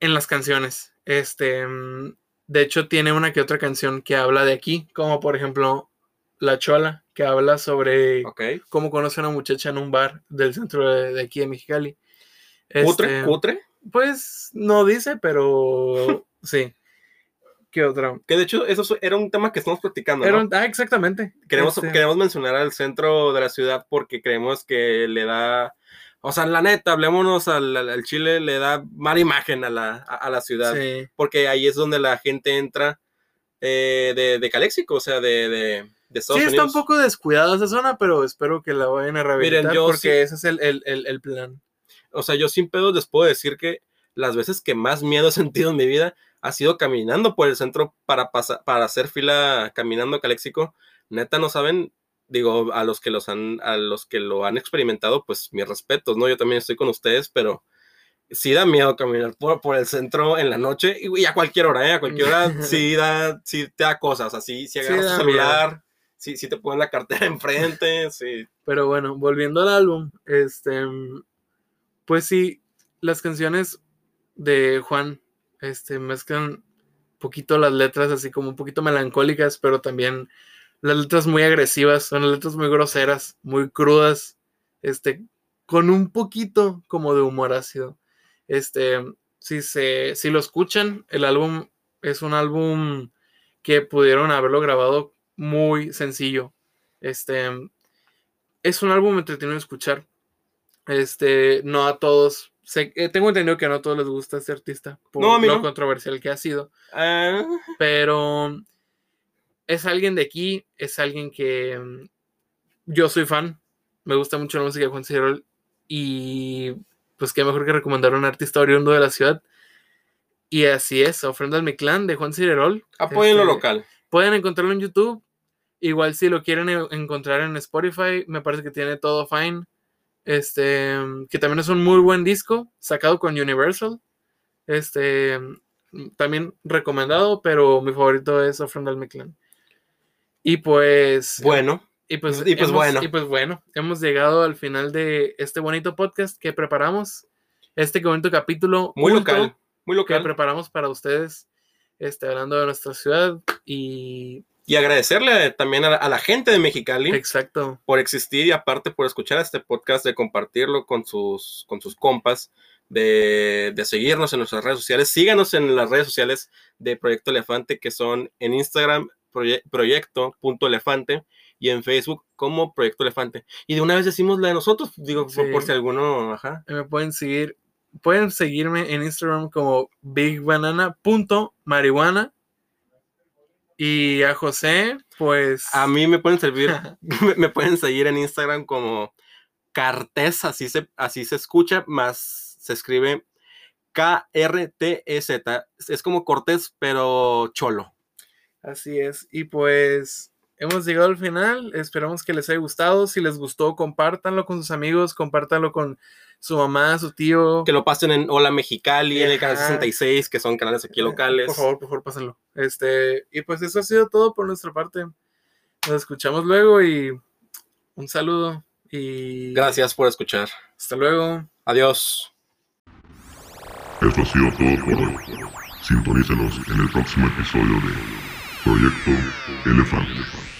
Speaker 2: en las canciones. Este, em, de hecho, tiene una que otra canción que habla de aquí, como por ejemplo La Chola, que habla sobre
Speaker 3: Ok.
Speaker 2: cómo conoce a una muchacha en un bar del centro de, de aquí de Mexicali.
Speaker 3: Cutre,
Speaker 2: Este,
Speaker 3: cutre.
Speaker 2: Pues no dice, pero sí. ¿Qué otra?
Speaker 3: Que de hecho, eso su- era un tema que estamos platicando.
Speaker 2: Era
Speaker 3: ¿no?
Speaker 2: un- ah, exactamente.
Speaker 3: Queremos,
Speaker 2: Este,
Speaker 3: queremos mencionar al centro de la ciudad porque creemos que le da. O sea, la neta, hablémonos al, al- al Chile, le da mala imagen a la, a, a la ciudad.
Speaker 2: sí.
Speaker 3: Porque ahí es donde la gente entra eh, de, de Caléxico, o sea, de, de, de Estados
Speaker 2: Sí, está un
Speaker 3: Unidos.
Speaker 2: poco descuidada esa zona, pero espero que la vayan a rehabilitar
Speaker 3: yo
Speaker 2: porque
Speaker 3: sí-
Speaker 2: ese es el- el- el- el plan.
Speaker 3: O sea, yo sin pedos les puedo decir que las veces que más miedo he sentido en mi vida ha sido caminando por el centro para, pasa- para hacer fila caminando a Caléxico. Neta, no saben, digo, a los que los han, a los que lo han experimentado, pues mis respetos, ¿no? Yo también estoy con ustedes, pero sí da miedo caminar por, por el centro en la noche y, y a cualquier hora, ¿eh? A cualquier hora sí da, sí te da cosas, así, si
Speaker 2: Sí
Speaker 3: agarras
Speaker 2: da
Speaker 3: el celular, si, si te ponen la cartera enfrente, sí.
Speaker 2: Pero bueno, volviendo al álbum, este, mm, pues sí, las canciones de Juan, este, mezclan poquito las letras así como un poquito melancólicas, pero también las letras muy agresivas, son letras muy groseras, muy crudas, este, con un poquito como de humor ácido. Este, si se, si lo escuchan, el álbum es un álbum que pudieron haberlo grabado muy sencillo. Este, es un álbum entretenido de escuchar. Este, no a todos. sé- eh, tengo entendido que no a todos les gusta este artista por
Speaker 3: No, a mí
Speaker 2: lo
Speaker 3: no.
Speaker 2: controversial que ha sido
Speaker 3: Ah,
Speaker 2: pero es alguien de aquí, es alguien que mm, yo soy fan, me gusta mucho la música de Juan Cirol y pues qué mejor que recomendar a un artista oriundo de la ciudad. Y así es, Ofrenda al Mi Clan de Juan Cirerol.
Speaker 3: apoyen lo
Speaker 2: Este,
Speaker 3: local.
Speaker 2: Pueden encontrarlo en YouTube. Igual si lo quieren e- encontrar en Spotify, me parece que tiene todo fine. Este, que también es un muy buen disco, sacado con Universal. Este, también recomendado, pero mi favorito es Ofrenda al Mictlán. Y pues,
Speaker 3: Bueno.
Speaker 2: y pues,
Speaker 3: y pues
Speaker 2: hemos-
Speaker 3: bueno.
Speaker 2: y pues bueno, hemos llegado al final de este bonito podcast que preparamos. Este bonito capítulo.
Speaker 3: Muy
Speaker 2: culto
Speaker 3: local, muy
Speaker 2: que
Speaker 3: local.
Speaker 2: preparamos para ustedes, este, hablando de nuestra ciudad y
Speaker 3: Y agradecerle también a la, a la gente de Mexicali
Speaker 2: Exacto.
Speaker 3: por existir y aparte por escuchar este podcast, de compartirlo con sus, con sus compas, de, de seguirnos en nuestras redes sociales. Síganos en las redes sociales de Proyecto Elefante, que son en Instagram, proye- proyecto.elefante, y en Facebook como Proyecto Elefante. Y de una vez decimos la de nosotros, digo, por-
Speaker 2: Sí.
Speaker 3: por si alguno, ajá.
Speaker 2: Me pueden seguir. Pueden seguirme en Instagram como bigbanana.marihuana. Y a José, pues.
Speaker 3: A mí me pueden servir, me, me pueden seguir en Instagram como Cartes, así se, así se escucha, más se escribe K-R-T-E-Z. E Es como Cortés, pero cholo.
Speaker 2: Así es. Y pues hemos llegado al final. Esperamos que les haya gustado. Si les gustó, compártanlo con sus amigos, compártanlo con su mamá, su tío.
Speaker 3: Que lo pasen en Hola Mexicali, en el canal
Speaker 2: Ajá. Eh,
Speaker 3: 66, que son canales aquí
Speaker 2: Por
Speaker 3: locales.
Speaker 2: favor, por favor, pásenlo. Este, y pues eso ha sido todo por nuestra parte. Nos escuchamos luego y un saludo y
Speaker 3: Gracias por escuchar.
Speaker 2: hasta luego.
Speaker 3: Adiós.
Speaker 1: Esto ha sido todo por hoy. Sintonícenos en el próximo episodio de Proyecto Elefante.